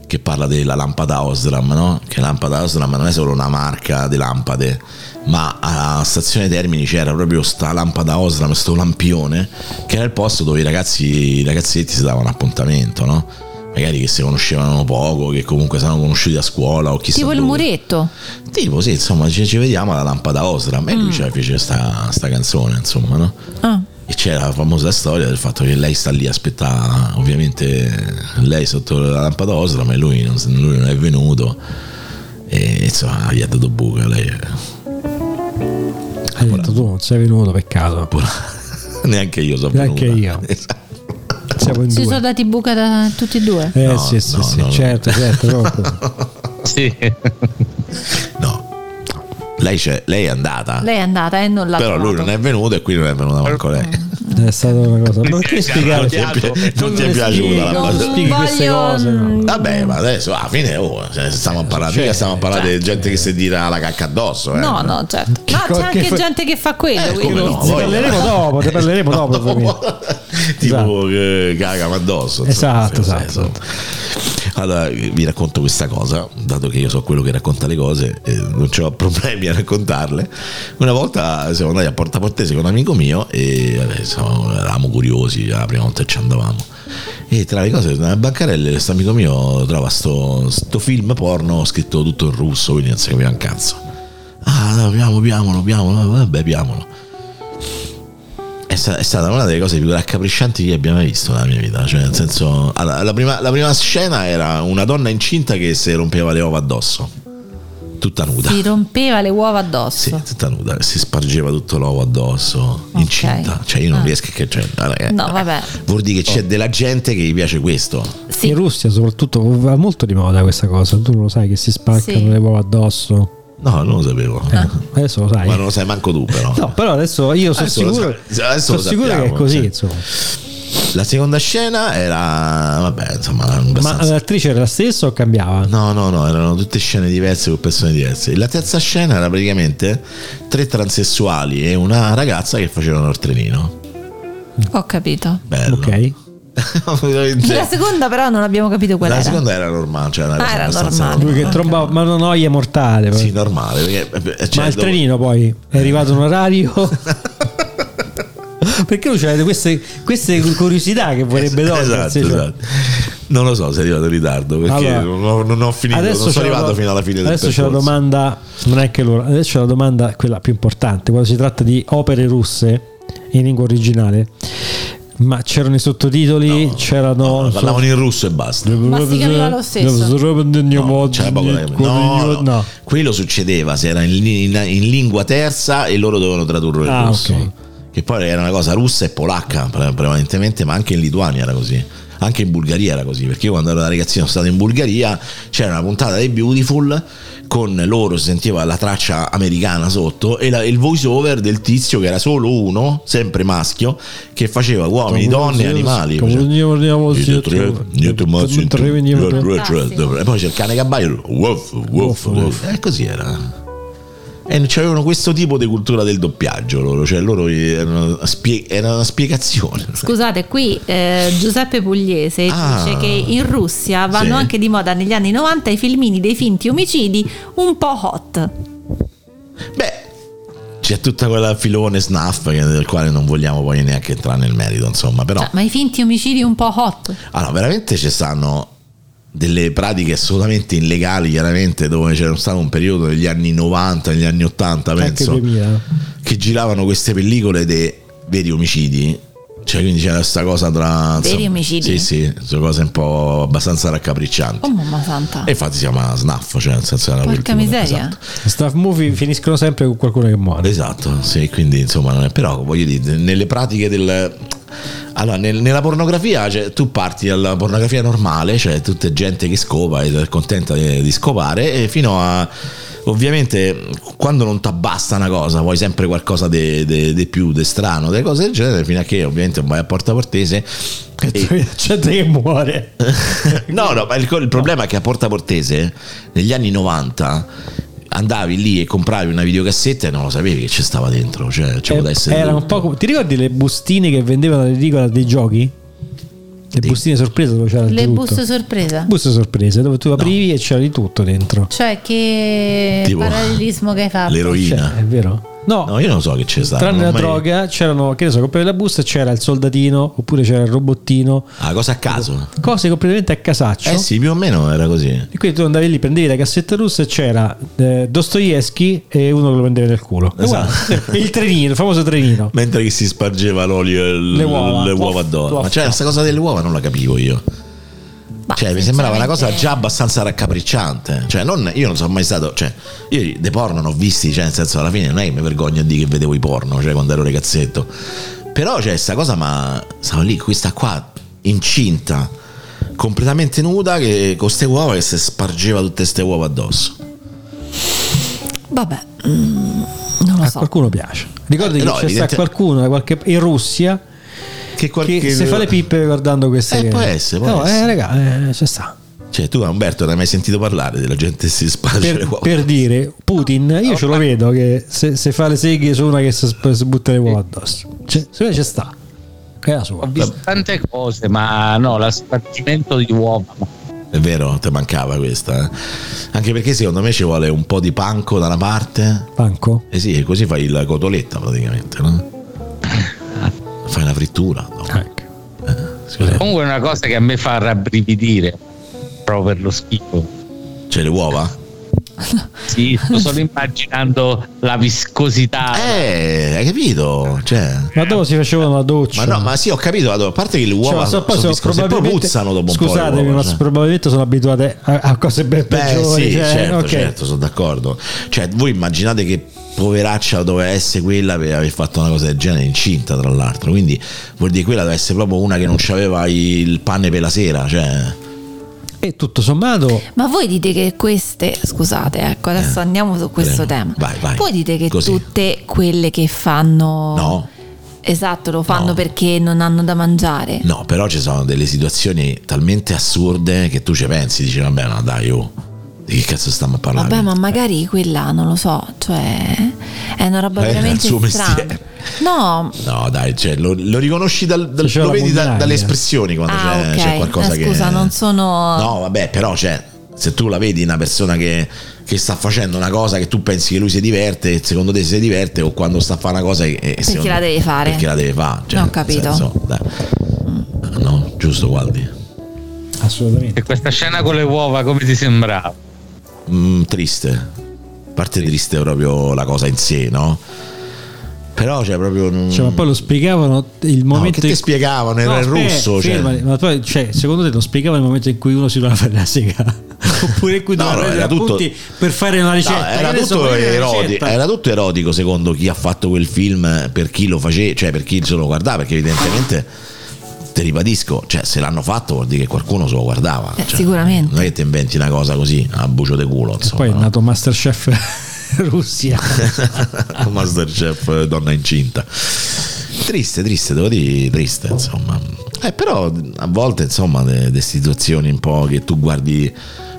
D: che parla della lampada Osram, no? Che lampada Osram non è solo una marca di lampade, ma a Stazione Termini c'era proprio sta lampada Osram, sto lampione, che era il posto dove i ragazzi, i ragazzetti si davano appuntamento, no? Magari che si conoscevano poco, che comunque sono conosciuti a scuola o chissà
F: Tipo il
D: dove.
F: muretto.
D: Tipo, sì, insomma, ci, ci vediamo alla lampada Osram. E lui ci fece sta, sta canzone, insomma, no?
F: Mm. Ah.
D: E c'è la famosa storia del fatto che lei sta lì, aspetta ovviamente lei sotto la lampada osra, ma lui non, lui non è venuto. E insomma, gli ha dato buca. Lei
E: Hai detto tu non sei venuto, peccato.
D: neanche io sono
E: Neanche
D: venuta.
E: io.
D: Esatto.
E: Siamo in
F: Si sono
E: due.
F: dati buca da tutti e due.
E: Eh
D: No,
E: sì, sì,
D: no,
E: sì,
D: no, no.
E: certo, certo. proprio.
G: Sì.
D: No, lei, c'è- lei è andata,
F: Lei è andata Mm. e non l'ha
D: però lui
F: trovato.
D: non è venuto e quindi non è venuta manco lei.
E: È stata una cosa. Non ti spiegare.
D: Non ti è, pi- non ti è
E: le
D: piaciuta la
E: spiego.
D: lampada?
E: spieghi queste cose, no?
D: Vabbè, ma adesso alla fine oh, cioè, stiamo a parlare, mica stiamo a parlare
E: certo.
D: di gente che si tira la cacca addosso. eh.
F: No, no, certo.
E: Che
F: Ma
E: co-
F: c'è
E: che
F: anche
E: fa-
F: gente che fa quello.
D: Eh,
F: quindi-
D: come no,
E: Ne
D: voglio-
E: parleremo dopo, ne parleremo dopo. ovviamente.
D: tipo eh, cagano addosso. insomma,
E: Esatto,
D: sì,
E: esatto,
D: sì, insomma. Allora vi racconto questa cosa, dato che io so quello che racconta le cose, eh, non ho problemi a raccontarle. Una volta siamo andati a Porta Portese con un amico mio e vabbè, insomma, eravamo curiosi, era la prima volta che ci andavamo. E tra le cose, nella bancarella, questo amico mio trova sto, sto film porno scritto tutto in russo, quindi non si capiva un cazzo. Ah, no, piamolo, piamolo, piamolo, vabbè, piamolo. È sta- è stata una delle cose più raccapriccianti che abbia mai visto nella mia vita. Cioè, nel senso, allora, la, prima, la prima scena era una donna incinta che si rompeva le uova addosso, tutta nuda.
F: Si rompeva le uova
D: Sì,
F: addosso.
D: tutta nuda, si spargeva tutto l'uovo addosso,
F: Ok.
D: incinta. Cioè, io non
F: Ah.
D: riesco. Che, cioè, allora, eh,
F: No, vabbè.
D: Vuol dire
E: Oh.
D: che c'è della gente che gli piace questo.
F: Sì.
E: In Russia soprattutto va molto di moda questa cosa, tu non lo sai che si spaccano
F: Sì.
E: le uova addosso.
D: No, non lo sapevo.
F: Ah.
E: Adesso lo sai.
D: Ma non lo sai manco tu, però.
E: No, però adesso io sono
D: Adesso lo
E: sicuro,
D: sa- adesso
E: sono
D: lo
E: sicuro che è
D: sappiamo,
E: così.
D: cioè.
E: Insomma.
D: La seconda scena era. Vabbè, insomma,
E: Ma eh,
D: abbastanza.
E: l'attrice era la stessa o cambiava?
D: No, no, no, erano tutte scene diverse con persone diverse. La terza scena era praticamente tre transessuali e una ragazza che facevano il trenino.
F: Ho capito.
D: Bello.
E: Ok.
D: Veramente.
F: La seconda però non abbiamo capito qual
D: La
F: era. Ah,
D: seconda era normale, cioè una cosa
F: era
D: abbastanza
F: normale.
E: Lui che trombava, ma una noia mortale. però.
D: Sì, normale. perché, eh, cioè,
E: ma il
D: dopo-
E: trenino poi è arrivato un orario. Perché lui c'avete queste, queste curiosità che vorrebbe
D: Esatto,
E: togliersi, cioè.
D: esatto. Non lo so se è arrivato in ritardo perché
E: Allora,
D: non, ho, non ho finito, non
E: c'è
D: sono
E: la
D: arrivato
E: do-
D: fino alla fine del
E: adesso c'è la
D: percorso.
E: domanda non è che l'ora adesso c'è la domanda quella più importante quando si tratta di opere russe in lingua originale ma c'erano i sottotitoli c'erano
D: No, parlavano in russo e basta.
F: Ma si capiva lo stesso.
E: no,
D: C'era poco da- no, no. quello succedeva se era in, in- in lingua terza e loro dovevano tradurre il
E: Ah,
D: russo.
E: ok.
D: Che poi era una cosa russa e polacca pre- prevalentemente, ma anche in Lituania era così. Anche in Bulgaria era così, perché io quando ero da ragazzino sono stato in Bulgaria, c'era una puntata dei Beautiful, con loro si sentiva la traccia americana sotto e la- il voice over del tizio che era solo uno, sempre maschio, che faceva uomini, donne e animali. Faceva- Niente tre- niente mazzo in tre- due- due- tre- due- e poi c'è il cane caballo woof, woof, e Eh, così era e c'avevano questo tipo di cultura del doppiaggio loro cioè loro erano spie- era una spiegazione
F: Scusate, qui eh, Giuseppe Pugliese
D: Ah.
F: dice che in Russia vanno
D: Sì.
F: anche di moda negli anni 90 i filmini dei finti omicidi un po' hot.
D: beh c'è tutta quella filone snuff che- del quale non vogliamo poi neanche entrare nel merito insomma però
F: Cioè, ma i finti omicidi un po' hot?
D: Allora, veramente ci stanno delle pratiche assolutamente illegali, chiaramente, dove c'era stato un periodo negli anni 90, negli anni 80,
E: Anche
D: penso,
E: 2000.
D: che giravano queste pellicole dei veri omicidi. Cioè, quindi c'era questa cosa tra...
F: Veri omicidi?
D: Sì, sì, sono cose un po' abbastanza raccapriccianti.
F: Oh mamma santa.
D: E infatti si chiama snaff, cioè nel senso era
F: Porca
D: quel tipo-
F: miseria.
D: Eh, esatto.
E: staff movie finiscono sempre con qualcuno che muore
D: Esatto, sì, quindi insomma, non è- però voglio dire, nelle pratiche del Allora, nel- nella pornografia, cioè, tu parti dalla pornografia normale, cioè tutta gente che scopa e è contenta eh, di, di scopare, e fino a... Ovviamente quando non t'abbasta una cosa, vuoi sempre qualcosa di più, di strano, delle cose del genere, fino a che ovviamente vai a Porta Portese e-
E: gente che muore.
D: no, no, ma il, il problema è che a Porta Portese negli anni 90 andavi lì e compravi una videocassetta e non lo sapevi che ci stava dentro. Cioè, ci poteva essere
E: Eh, Era un
D: tutto.
E: po' come- Ti ricordi le bustine che vendevano all'edicola dei giochi? Le bustine sorpresa dove c'era di
F: Le
E: tutto.
F: buste sorpresa.
E: Buste sorprese dove tu aprivi e c'era di tutto dentro.
F: Cioè che
D: Tipo,
F: parallelismo che hai fatto.
E: Cioè,
D: l'eroina.
E: è vero? No,
D: No, io non so che ci stava. non
E: tranne la
D: ho mai-
E: droga c'erano, che ne so, compravi la busta e c'era il soldatino oppure c'era il robottino,
D: Ah, cosa a caso?
E: cose completamente a casaccio.
D: Eh sì, più o meno era così.
E: E quindi tu andavi lì, prendevi la cassetta russa e c'era eh, Dostoevsky e uno che lo prendeva nel culo. E
D: Esatto.
E: guarda, il trenino, il famoso trenino.
D: Mentre che si spargeva l'olio e l-
E: Le uova.
D: le uova
E: Tuff,
D: addosso.
E: tuff,
D: Ma cioè,
E: tuff.
D: questa cosa delle uova non la capivo io.
F: Ma
D: Cioè, mi sembrava una cosa
F: sinceramente-
D: già abbastanza raccapricciante. Cioè, non- io non sono mai stato. Cioè, io dei porno ne ho visti, cioè, nel senso, alla fine non è che mi vergogno di che vedevo i porno, cioè, quando ero ragazzetto. Però, cioè, sta cosa, ma stavo lì, questa qua, incinta, completamente nuda, che con ste uova che si spargeva tutte ste uova addosso.
F: Vabbè, mm,
E: A
F: non lo
D: Ecco.
F: so.
E: qualcuno piace. Ricordi
D: Eh,
E: che
D: no,
E: c'è sta
D: evidente-
E: qualcuno da qualche- in Russia
D: Che
E: che se fa le pippe guardando queste
D: Eh, può essere, può
E: No,
D: essere.
E: eh, raga, eh, c'è sta.
D: Cioè, tu, Umberto, non hai mai sentito parlare della gente che si sparge le
E: Per,
D: uova?
E: per dire, Putin, io ce lo vedo che se, se fa le seghe su una che si, sp- si butta le uova addosso. Cioè, secondo me c'è sta. È la sua.
G: Ho visto tante cose, ma no, l'aspargimento di uova.
D: È vero, te mancava questa. eh. Anche perché secondo me ci vuole un po' di panco da una parte.
E: Banco?
D: Eh sì, e così fai la cotoletta praticamente, no? Fai la frittura. no?
E: Ecco.
D: Scusa,
G: Comunque è una cosa che a me fa rabbrividire, proprio per lo schifo.
D: c'è Cioè, le uova?
G: Sì, sto solo immaginando la viscosità.
D: Eh, hai capito? Cioè,
E: Ma dopo si facevano la doccia.
D: ma no, ma sì, ho capito. vado- A parte che le
E: Cioè,
D: uova
E: ma so- poi
D: sono
E: sono
D: viscose, poi
E: probabilmente-
D: puzzano dopo un po'. le
E: Scusatemi,
D: uova,
E: ma
D: cioè.
E: probabilmente sono abituate a, a cose ben
D: Beh,
E: peggiori.
D: sì,
E: cioè,
D: certo,
E: ok.
D: certo, sono d'accordo. Cioè, voi immaginate che poveraccia doveva essere quella per aver fatto una cosa del genere, incinta tra l'altro. Quindi vuol dire quella deve essere proprio una che non aveva il pane per la sera. Cioè,
E: E tutto sommato,
F: Ma voi dite che queste, scusate, ecco, adesso
D: Eh,
F: andiamo su questo
D: prego.
F: tema.
D: Vai, vai.
F: Voi dite che
D: Così.
F: tutte quelle che fanno
D: no.
F: Esatto, lo fanno
D: No.
F: perché non hanno da mangiare.
D: No, però ci sono delle situazioni talmente assurde che tu ci pensi, dici, vabbè, no, dai, oh, di che cazzo stiamo a parlare?
F: Vabbè, ma magari quella non lo so, cioè è una roba
D: Eh, era il
F: veramente
D: suo
F: strana.
D: mestiere.
F: No,
D: No, dai, cioè, lo, lo riconosci dal, dal-
E: C'è
D: lo
E: la
D: vedi da-
E: montagna.
D: dalle espressioni quando
F: Ah,
D: c'è,
F: ok.
D: c'è qualcosa
F: Eh,
D: che.
F: scusa, non sono-
D: No, vabbè, però, cioè, se tu la vedi una persona che, che sta facendo una cosa che tu pensi che lui si diverte, e secondo te si diverte, o quando sta a fare una cosa che. Perché
F: la deve fare.
D: Perché la deve fare. Cioè,
F: No, ho
D: nel
F: capito. Mm.
D: senso, dai. No, giusto, guardi.
E: assolutamente.
G: E questa scena con le uova come ti sembrava?
D: Mm, triste. A parte triste proprio la cosa in sé, no? Però cioè proprio. non-
E: Cioè, ma poi lo spiegavano il
D: No,
E: momento
D: che ti
E: in
D: spiegavano? Era il
E: aspetta,
D: russo. cioè.
E: fermami, ma poi, cioè, secondo te lo spiegava il momento in cui uno si doveva fare la sega? Oppure in cui
D: No,
E: doveva
D: no,
E: prendere
D: era tutto-
E: appunti per fare una
D: No,
E: ricetta?
D: era,
E: Che ne Cioè, so,
D: tutto eh,
E: prendere una
D: eroti-
E: ricetta.
D: era tutto erotico secondo chi ha fatto quel film, eh, per chi lo faceva, cioè per chi se lo guardava, perché evidentemente te ribadisco, cioè se l'hanno fatto vuol dire che qualcuno se lo guardava.
F: Eh,
D: cioè,
F: sicuramente.
D: Non è che ti inventi una cosa così a bucio de culo. Insomma,
E: Poi è
D: no?
E: nato Masterchef Russia.
D: Masterchef eh, donna incinta. Triste, triste, devo dire triste, insomma. Eh, però a volte, insomma, de, de situazioni un po' che tu guardi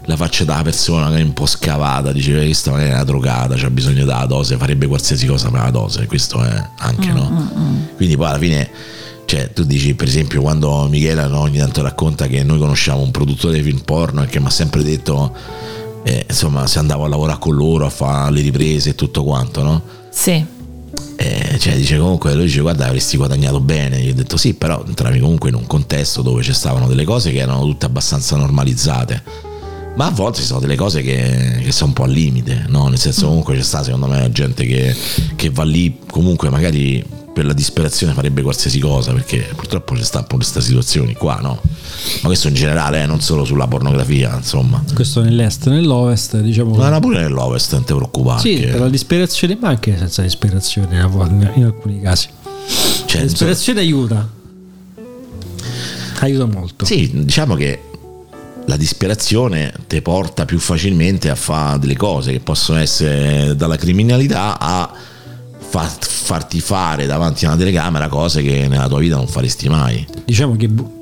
D: la faccia della persona che è un po' scavata, dici "Eh, questa magari è una drogata, c'ha bisogno della dose, farebbe qualsiasi cosa per la dose, questo è anche
F: Mm,
D: no. Quindi poi alla fine cioè, tu dici, per esempio, quando Michela no, ogni tanto racconta che noi conosciamo un produttore di film porno e che mi ha sempre detto, eh, insomma, se andavo a lavorare con loro a fare le riprese e tutto quanto, no?
F: sì.
D: Eh, cioè dice comunque lui dice guarda avresti guadagnato bene io ho detto sì però entravi comunque in un contesto dove ci stavano delle cose che erano tutte abbastanza normalizzate ma a volte ci sono delle cose che, che sono un po' al limite no? nel senso comunque c'è sta secondo me gente che, che va lì comunque magari per la disperazione farebbe qualsiasi cosa perché purtroppo c'è sta un po' questa situazione qua no? ma questo in generale eh, non solo sulla pornografia insomma
E: Questo nell'est, nell'ovest, diciamo.
D: ma era pure nell'ovest non ti preoccupare
E: Sì,
D: che-
E: per la disperazione, ma anche senza disperazione a volte, in alcuni casi.
D: cioè,
E: La disperazione aiuta. aiuta molto.
D: Sì, diciamo che la disperazione ti porta più facilmente a fare delle cose che possono essere dalla criminalità a fa- farti fare davanti a una telecamera cose che nella tua vita non faresti mai.
E: Diciamo che bu-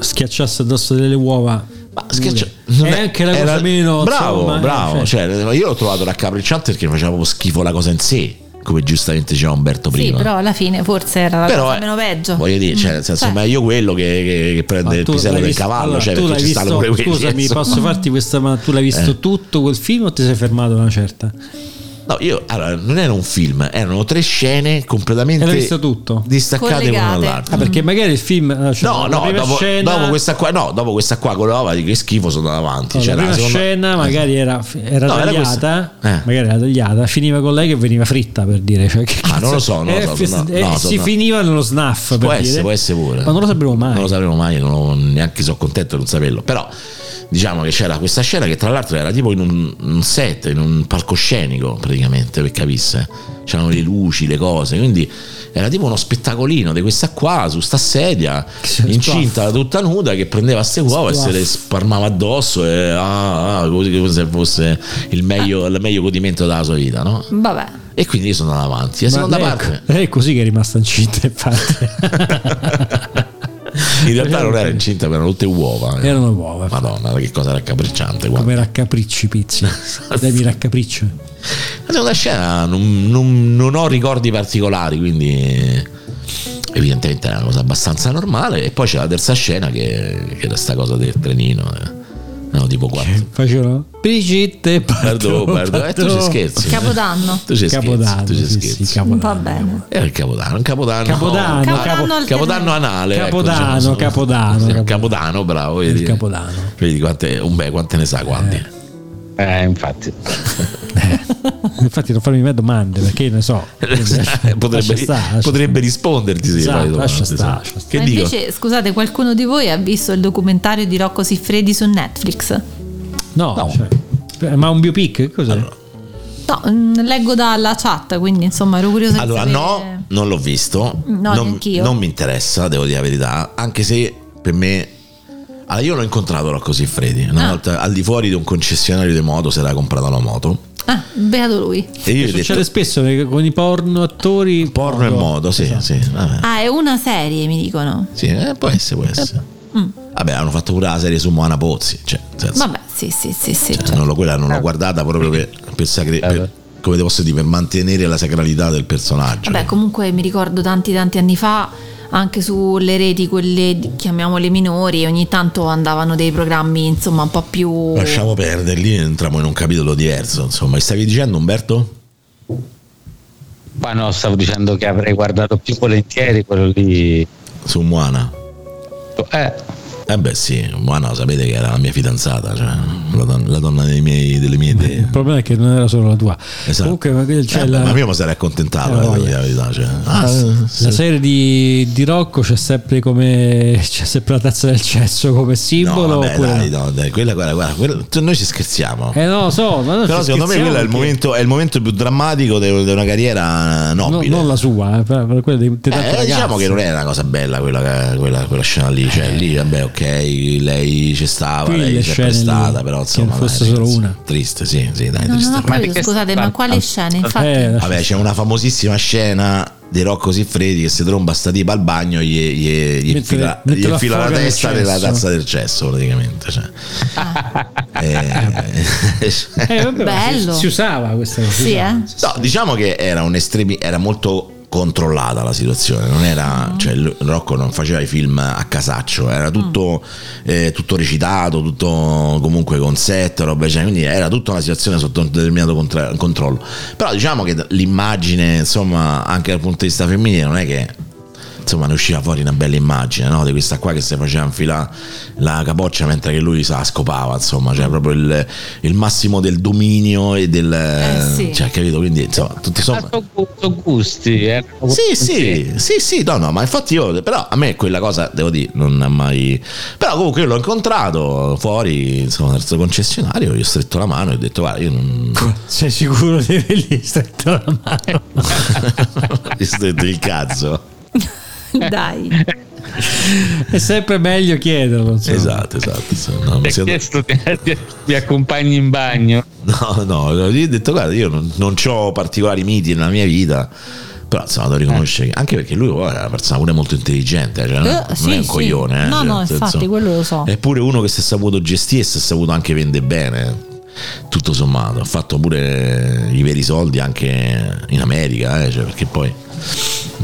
E: schiacciasse addosso delle uova.
D: Ma schiaccia-
E: non è
D: è-
E: anche la cosa
D: era-
E: meno
D: Bravo,
E: insomma,
D: bravo.
E: eh, cioè,
D: Cioè, io l'ho trovato raccapricciante perché faceva proprio schifo la cosa in sé, come giustamente diceva Umberto
F: Sì,
D: prima.
F: però alla fine forse era la
D: Però,
F: cosa
D: eh,
F: meno peggio.
D: Voglio dire, cioè, nel senso,
F: Cioè.
D: meglio quello che, che- che prende
E: ma
D: il
E: tu
D: pisello
E: l'hai
D: del
E: visto-
D: cavallo,
E: allora,
D: cioè,
E: tu
D: perché
E: l'hai
D: ci stanno Eh.
E: visto-
D: pure quelli.
E: Scusami,
D: insomma.
E: posso farti questa, ma tu l'hai visto tutto quel film o ti sei fermato a una certa?
D: No, io allora, non era un film, erano tre scene completamente
E: E l'hai visto tutto?
D: distaccate l'una
F: Collegate.
D: dall'altra.
E: Ah, perché magari il film. eh, cioè,
D: Mm. No,
E: la
D: no,
E: prima
D: dopo,
E: scena,
D: dopo questa qua, no, dopo questa qua con la lava di che schifo sono andato avanti.
E: no,
D: cioè,
E: la
D: la
E: prima
D: seconda-
E: scena magari era, era
D: No, era
E: tagliata,
D: questa. Eh.
E: magari era tagliata, finiva con lei che veniva fritta per dire. Cioè, che
D: Ah,
E: cazzo-
D: non lo so, non lo
E: eh,
D: so,
E: fi-
D: no,
E: eh,
D: no,
E: si
D: no.
E: finiva nello snuff per
D: può
E: dire.
D: essere, può essere pure.
E: Ma non lo sapremo mai.
D: Non lo sapremo mai, non- neanche sono contento di non saperlo. Però diciamo che c'era questa scena che tra l'altro era tipo in un, un set, in un palcoscenico praticamente, per capisse. C'erano le luci, le cose, quindi era tipo uno spettacolino di questa qua su sta sedia,
E: Che
D: incinta tutta nuda, che prendeva ste uova e se le sparmava addosso e ah, ah, così come se fosse il meglio, il meglio godimento della sua vita, no?
F: Vabbè,
D: E quindi io sono andato avanti. La seconda
E: lei è
D: parte.
E: co- lei ecco, è così che è rimasta incinta, infatti.
D: In realtà non era incinta, erano tutte uova. eh.
E: Erano uova.
D: Madonna, che cosa raccapricciante. guarda.
E: Come raccapricci pizzi. Dai, mi raccapriccio.
D: La seconda scena non, non- non ho ricordi particolari, quindi evidentemente è una cosa abbastanza normale. E poi c'è la terza scena che, che era sta cosa del trenino. eh. No, tipo quattro.
E: Facevano Brigitte
D: Bardo,
E: Bardot,
D: Bardo, eh, tu ci
E: Bardot.
D: scherzi.
F: Capodanno.
D: Tu ci scherzi.
E: Capodanno,
D: Tu ci
E: sì,
D: scherzi.
E: sì, Capodanno.
F: Va bene.
D: Era il Capodanno, un Capodanno.
E: Capodanno,
D: Capo-
F: Capodanno al-
D: Capodanno anale. ecco,
E: Capodanno,
D: diciamo,
E: Capodanno,
D: sì,
E: Capodanno.
D: Capodanno, bravo.
E: Il
D: Vedi,
E: Capodanno.
D: vedi quante, un beh, quante ne sa quanti.
G: Eh, infatti.
E: Infatti non farmi mai domande perché io ne so.
D: potrebbe,
E: Lascia stare, lascia
D: potrebbe risponderti se
E: Esatto,
D: fai domande,
E: lascia
D: sì.
E: stare, lascia
D: Che
F: Ma
D: dico?
F: invece, scusate, qualcuno di voi ha visto il documentario di Rocco Siffredi su Netflix?
E: No,
D: No.
E: cioè, ma un biopic? Che Cos'è?
F: No, mm, leggo dalla chat, quindi insomma ero curiosa di
D: Allora,
F: sapere-
D: no, non l'ho visto.
F: No,
D: non,
F: neanch'io.
D: non mi interessa, devo dire la verità. Anche se per me. Allora, io l'ho incontrato Rocco Siffredi una
F: Ah.
D: volta al di fuori di un concessionario di moto, si era comprata la moto.
F: Ah, beato lui.
D: E io gli ho
E: Succede
D: detto:
E: spesso che con i porno attori.
D: porno e moto, sì,
E: Esatto,
D: sì. vabbè.
F: Ah, è una serie, mi dicono.
D: Sì, eh, può essere, può essere.
F: Eh, mm.
D: Vabbè, hanno fatto pure la serie su Moana Pozzi. Cioè, nel senso,
F: Vabbè, sì, sì, sì, sì.
D: cioè,
F: cioè.
D: non l'ho, quella non l'ho guardata proprio per, per sacre-
E: Eh,
D: per- come te posso dire, per mantenere la sacralità del personaggio.
F: cioè, Vabbè, comunque mi ricordo tanti tanti anni fa, anche sulle reti, quelle di- chiamiamole minori, ogni tanto andavano dei programmi, insomma, un po' più...
D: Lasciamo perdere, lì entriamo in un capitolo diverso. Insomma, stavi dicendo Umberto?
G: Ma no, stavo dicendo che avrei guardato più volentieri quello lì.
D: Su Moana?
G: Eh,
D: Eh beh sì, Moana sapete che era la mia fidanzata, cioè, la, don- la donna dei miei- delle mie
E: Il
D: idee.
E: problema è che non era solo la tua.
D: Esatto.
E: Comunque, magari c'è
D: Eh,
E: la,
D: Ma io mi sarei accontentato,
E: Eh,
D: eh, devo
E: voglia.
D: dire la verità. Cioè. Ah,
E: la-
D: sì, sì.
E: la serie di, di Rocco c'è sempre come c'è sempre la tazza del cesso come
D: No,
E: simbolo.
D: vabbè,
E: oppure
D: dai,
E: no?
D: no, dai, quella, guarda, guarda, quella- tu- noi ci scherziamo.
E: Eh, no, lo so, ma non
D: Però
E: ci
D: secondo me
E: scherziamo
D: quello è il,
E: perché-
D: momento, è il momento più drammatico de- di una carriera
E: no,
D: nobile.
E: non la sua, eh, però quella di, di
D: Eh,
E: tante
D: diciamo
E: ragazze.
D: che non è una cosa bella quella, quella- quella scena lì, cioè lì vabbè ok, lei ci stava,
E: Eh. Qui le
D: lei c'è
E: scene lì,
D: prestata, però
E: che
D: insomma...
E: fosse
D: dai,
E: solo
D: ragazzi,
E: una.
D: Triste, sì, sì, dai,
F: No, non
D: triste.
F: ho
G: Ma di
F: capito,
G: che
F: scusate, ma
G: stanno?
D: Ah,
F: quale scena? Infatti,
E: Eh, lascia-
D: Vabbè, c'è una famosissima scena di Rocco Siffredi che si tromba sta tipa al bagno e gli, gli- gli
E: Mette-
D: infila,
E: mette
D: gli
E: la
D: infila la
E: foga nel
D: testa nella
E: cesso.
D: tazza del cesso praticamente. cioè. Eh,
E: Eh, vabbè, ma si-
F: Bello.
E: Si, usava questa cosa. si
F: sì,
E: usava.
F: eh?
D: No, diciamo che era un estremi- era molto controllata la situazione, non
F: Mm.
D: era, cioè l- Rocco non faceva i film a casaccio, era tutto, eh, tutto recitato, tutto comunque con set, roba, cioè, quindi era tutta una situazione sotto un determinato contra- controllo. Però diciamo che l'immagine, insomma, anche dal punto di vista femminile non è che insomma ne usciva fuori una bella immagine no? di questa qua che si faceva infilare la capoccia mentre che lui se la scopava insomma
F: Mm.
D: cioè proprio il, il massimo del dominio e del
F: Eh, sì.
D: cioè capito quindi insomma tutti
G: sono
D: insomma
G: gusti. eh.
D: sì, sì, sì, sì, no, no, ma infatti io, però a me quella cosa, devo dire, non è mai... Però comunque io l'ho incontrato fuori, insomma, dal suo concessionario, gli ho stretto la mano e ho detto, guarda, io non...
E: Sei sicuro di avergli stretto la mano?
D: gli ho stretto il cazzo.
F: eh? Dai.
E: È sempre meglio chiederlo. insomma.
D: Esatto, esatto. esatto. No,
G: Ti
D: mi
G: ha
D: si-
G: chiesto ti, ti- ti accompagni in bagno.
D: no, no, no, gli ho detto guarda, io non, ho particolari miti nella mia vita. Però insomma devo riconoscere che- anche perché lui poi, era una persona pure molto intelligente, cioè, no?
F: Eh,
D: non
F: sì,
D: è un
F: sì.
D: coglione. eh,
F: No,
D: cioè,
F: no,
D: nel senso- Eh,
F: infatti, quello lo so.
D: È pure uno che si è saputo gestire e si è saputo anche vendere bene. Tutto sommato, ha fatto pure i veri soldi anche in America, eh, cioè, perché poi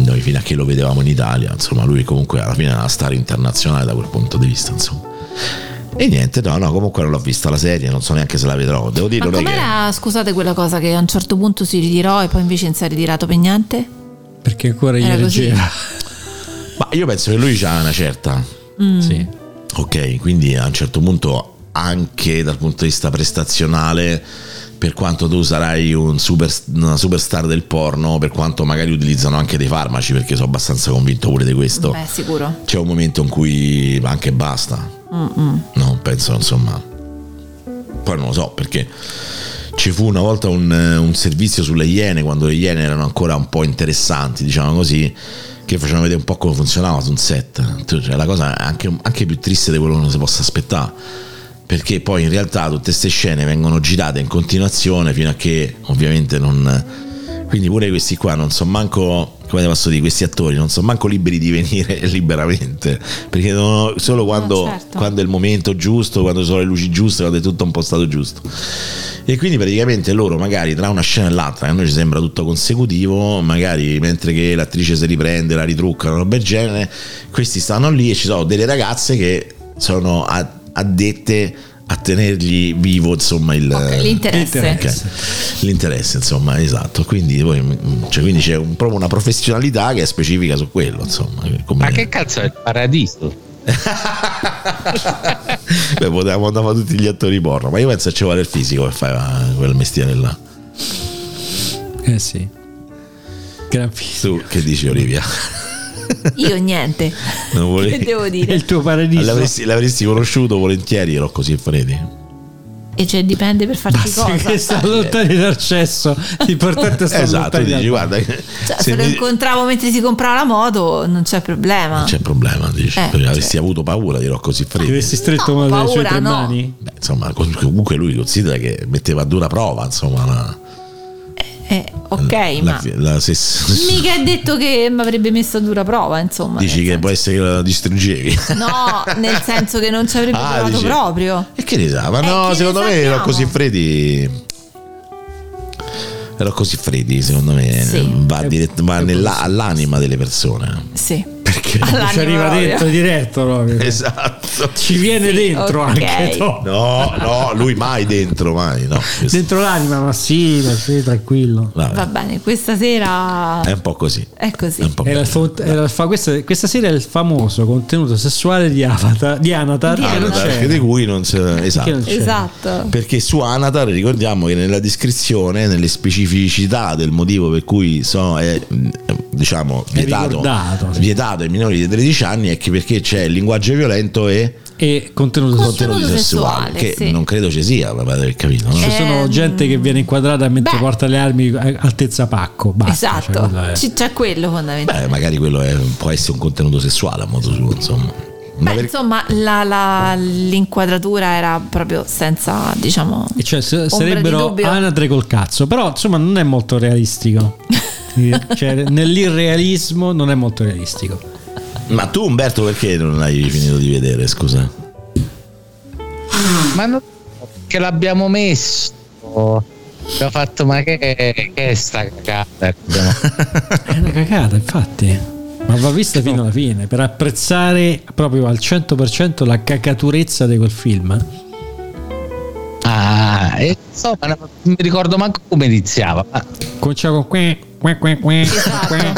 D: noi fino a che lo vedevamo in Italia, insomma, lui comunque alla fine è una star internazionale da quel punto di vista, insomma. E niente, no, no, comunque non l'ho vista la serie, non so neanche se la vedrò. Devo dire,
F: Ma
D: non è che
F: com'era, scusate, quella cosa che a un certo punto si ritirò e poi invece non si è ritirato per niente?
E: Perché ancora gli
F: Era così.
E: reggeva.
D: Ma io penso che lui c'ha una certa.
F: Mm.
E: Sì.
D: Ok, quindi a un certo punto anche dal punto di vista prestazionale, per quanto tu sarai un super- una superstar del porno, per quanto magari utilizzano anche dei farmaci, perché sono abbastanza convinto pure di questo,
F: Beh, sicuro.
D: c'è un momento in cui anche basta. No, penso insomma. Poi non lo so perché ci fu una volta un, eh, un servizio sulle iene quando le iene erano ancora un po' interessanti, diciamo così, che facevano vedere un po' come funzionava su un set. Tu- Cioè, la cosa è anche, anche più triste di quello che uno si possa aspettare. Perché poi in realtà tutte queste scene vengono girate in continuazione fino a che ovviamente non. Quindi pure questi qua non sono manco, come te posso dire, questi attori non sono manco liberi di venire liberamente. Perché devono- solo quando,
F: certo.
D: quando è il momento giusto, quando sono le luci giuste, quando è tutto un po' stato giusto. E quindi praticamente loro magari tra una scena e l'altra, che a noi ci sembra tutto consecutivo, magari mentre che l'attrice si riprende, la ritrucca, una roba del genere, questi stanno lì e ci sono delle ragazze che sono a- addette a tenergli vivo insomma il,
F: L'interesse.
D: Ok. L'interesse, insomma, esatto. Quindi, poi, mm, cioè, quindi c'è un- proprio una professionalità che è specifica su quello, insomma. Come...
G: Ma che cazzo è il paradiso?
D: Beh, potevamo andare a fare tutti gli attori porno, ma io penso che ci vuole il fisico per fare eh, quel mestiere là.
E: Eh sì. Gran figlio.
D: Tu che dici Olivia?
F: Io niente.
D: Non
F: Che
D: volevi...
F: devo
E: È
F: dire?
E: il tuo paradiso.
D: l'avresti, l'avresti conosciuto volentieri, Rocco Siffredi.
F: E cioè dipende per farti
E: Basta
F: cosa.
E: che sta lontani dall'accesso. L'importante è stare
D: Esatto,
E: lontani
D: dici,
E: dal-
D: guarda,
F: Cioè,
D: se
F: se lo
D: mi-
F: incontravo mentre si comprava la moto, non c'è problema.
D: non c'è problema, dici,
F: Eh,
D: perché
F: cioè.
D: avresti avuto paura di Rocco
E: Ti
D: Siffredi.
E: avessi stretto
F: No,
E: una delle sue
F: paura,
E: tre
F: no.
E: mani?
D: Beh, insomma, comunque lui considera che metteva a dura prova, insomma, la-
F: Eh, ok,
D: la-
F: ma
D: la- se- se-
F: mica è detto che mi avrebbe messo a dura prova, insomma.
D: Dici che
F: nel
D: può essere che la distruggevi.
F: senso- No, nel senso che non ci avrebbe
D: Ah,
F: provato
D: dici-
F: proprio.
D: E che ne sa? Ma
F: Eh, che
D: no,
F: ne
D: secondo me
F: sappiamo?
D: Rocco Siffredi. Rocco Siffredi, secondo me,
F: Sì.
D: va, dirett- va nella- all'anima delle persone.
F: Sì.
D: Perché?
F: All'anima
E: Ci arriva
F: propria.
E: dentro diretto proprio.
D: Esatto.
E: Ci viene dentro
F: ok.
E: anche no?
D: No, no, lui mai dentro, mai. No, questo-
E: Dentro l'anima, ma sì, ma sì, tranquillo.
D: vabbè,
F: Va bene, questa sera
D: È un po' così.
F: è
D: È un
F: così.
D: po'
E: Era
D: così.
E: il font- era il fa- questa, questa sera è il famoso contenuto sessuale di, Avatar, di Anatar.
F: Di
E: che non
F: Anatar.
E: c'era.
D: Perché di cui non c'è.
E: Che non
D: Esatto.
E: c'era.
F: Esatto.
D: Perché su Anatar ricordiamo che nella descrizione, nelle specificità del motivo per cui so- è mh, diciamo vietato,
E: ricordato, sì.
D: vietato ai minori di 13 anni è che perché c'è il linguaggio violento e
E: E contenuto sessuale.
D: contenuto
F: Contenuto
D: sessuale,
F: sessuale,
D: che
F: sì.
D: non credo ci sia, per aver capito. no?
E: Ci sono
F: Ehm,
E: gente che viene inquadrata mentre
F: beh.
E: porta le armi a- altezza pacco. Basta, cioè,
F: Esatto.
E: quello è-
F: Ci- C'è quello fondamentale.
D: Beh, Eh, magari quello è- può essere un contenuto sessuale a modo suo, insomma. Ma
F: Beh,
D: per-
F: insomma, la- la- l'inquadratura era proprio senza, diciamo...
E: E cioè, se-
F: Ombra di
E: sarebbero
F: dubbio.
E: anatre col cazzo, però insomma non è molto realistico. Cioè, nell'irrealismo non è molto realistico.
D: Ma tu Umberto perché non
F: Eh,
D: l'hai finito di vedere, scusa?
G: Ma non che l'abbiamo messo. Abbiamo fatto, ma che, che è sta cagata?
E: È una cagata, infatti. Ma va vista fino alla fine per apprezzare proprio al 100% la cacaturezza di quel film.
G: Ah, e so, ma non mi ricordo manco come iniziava. Ma-
E: Comincia con que, que, que, que,
F: Esatto.
E: que,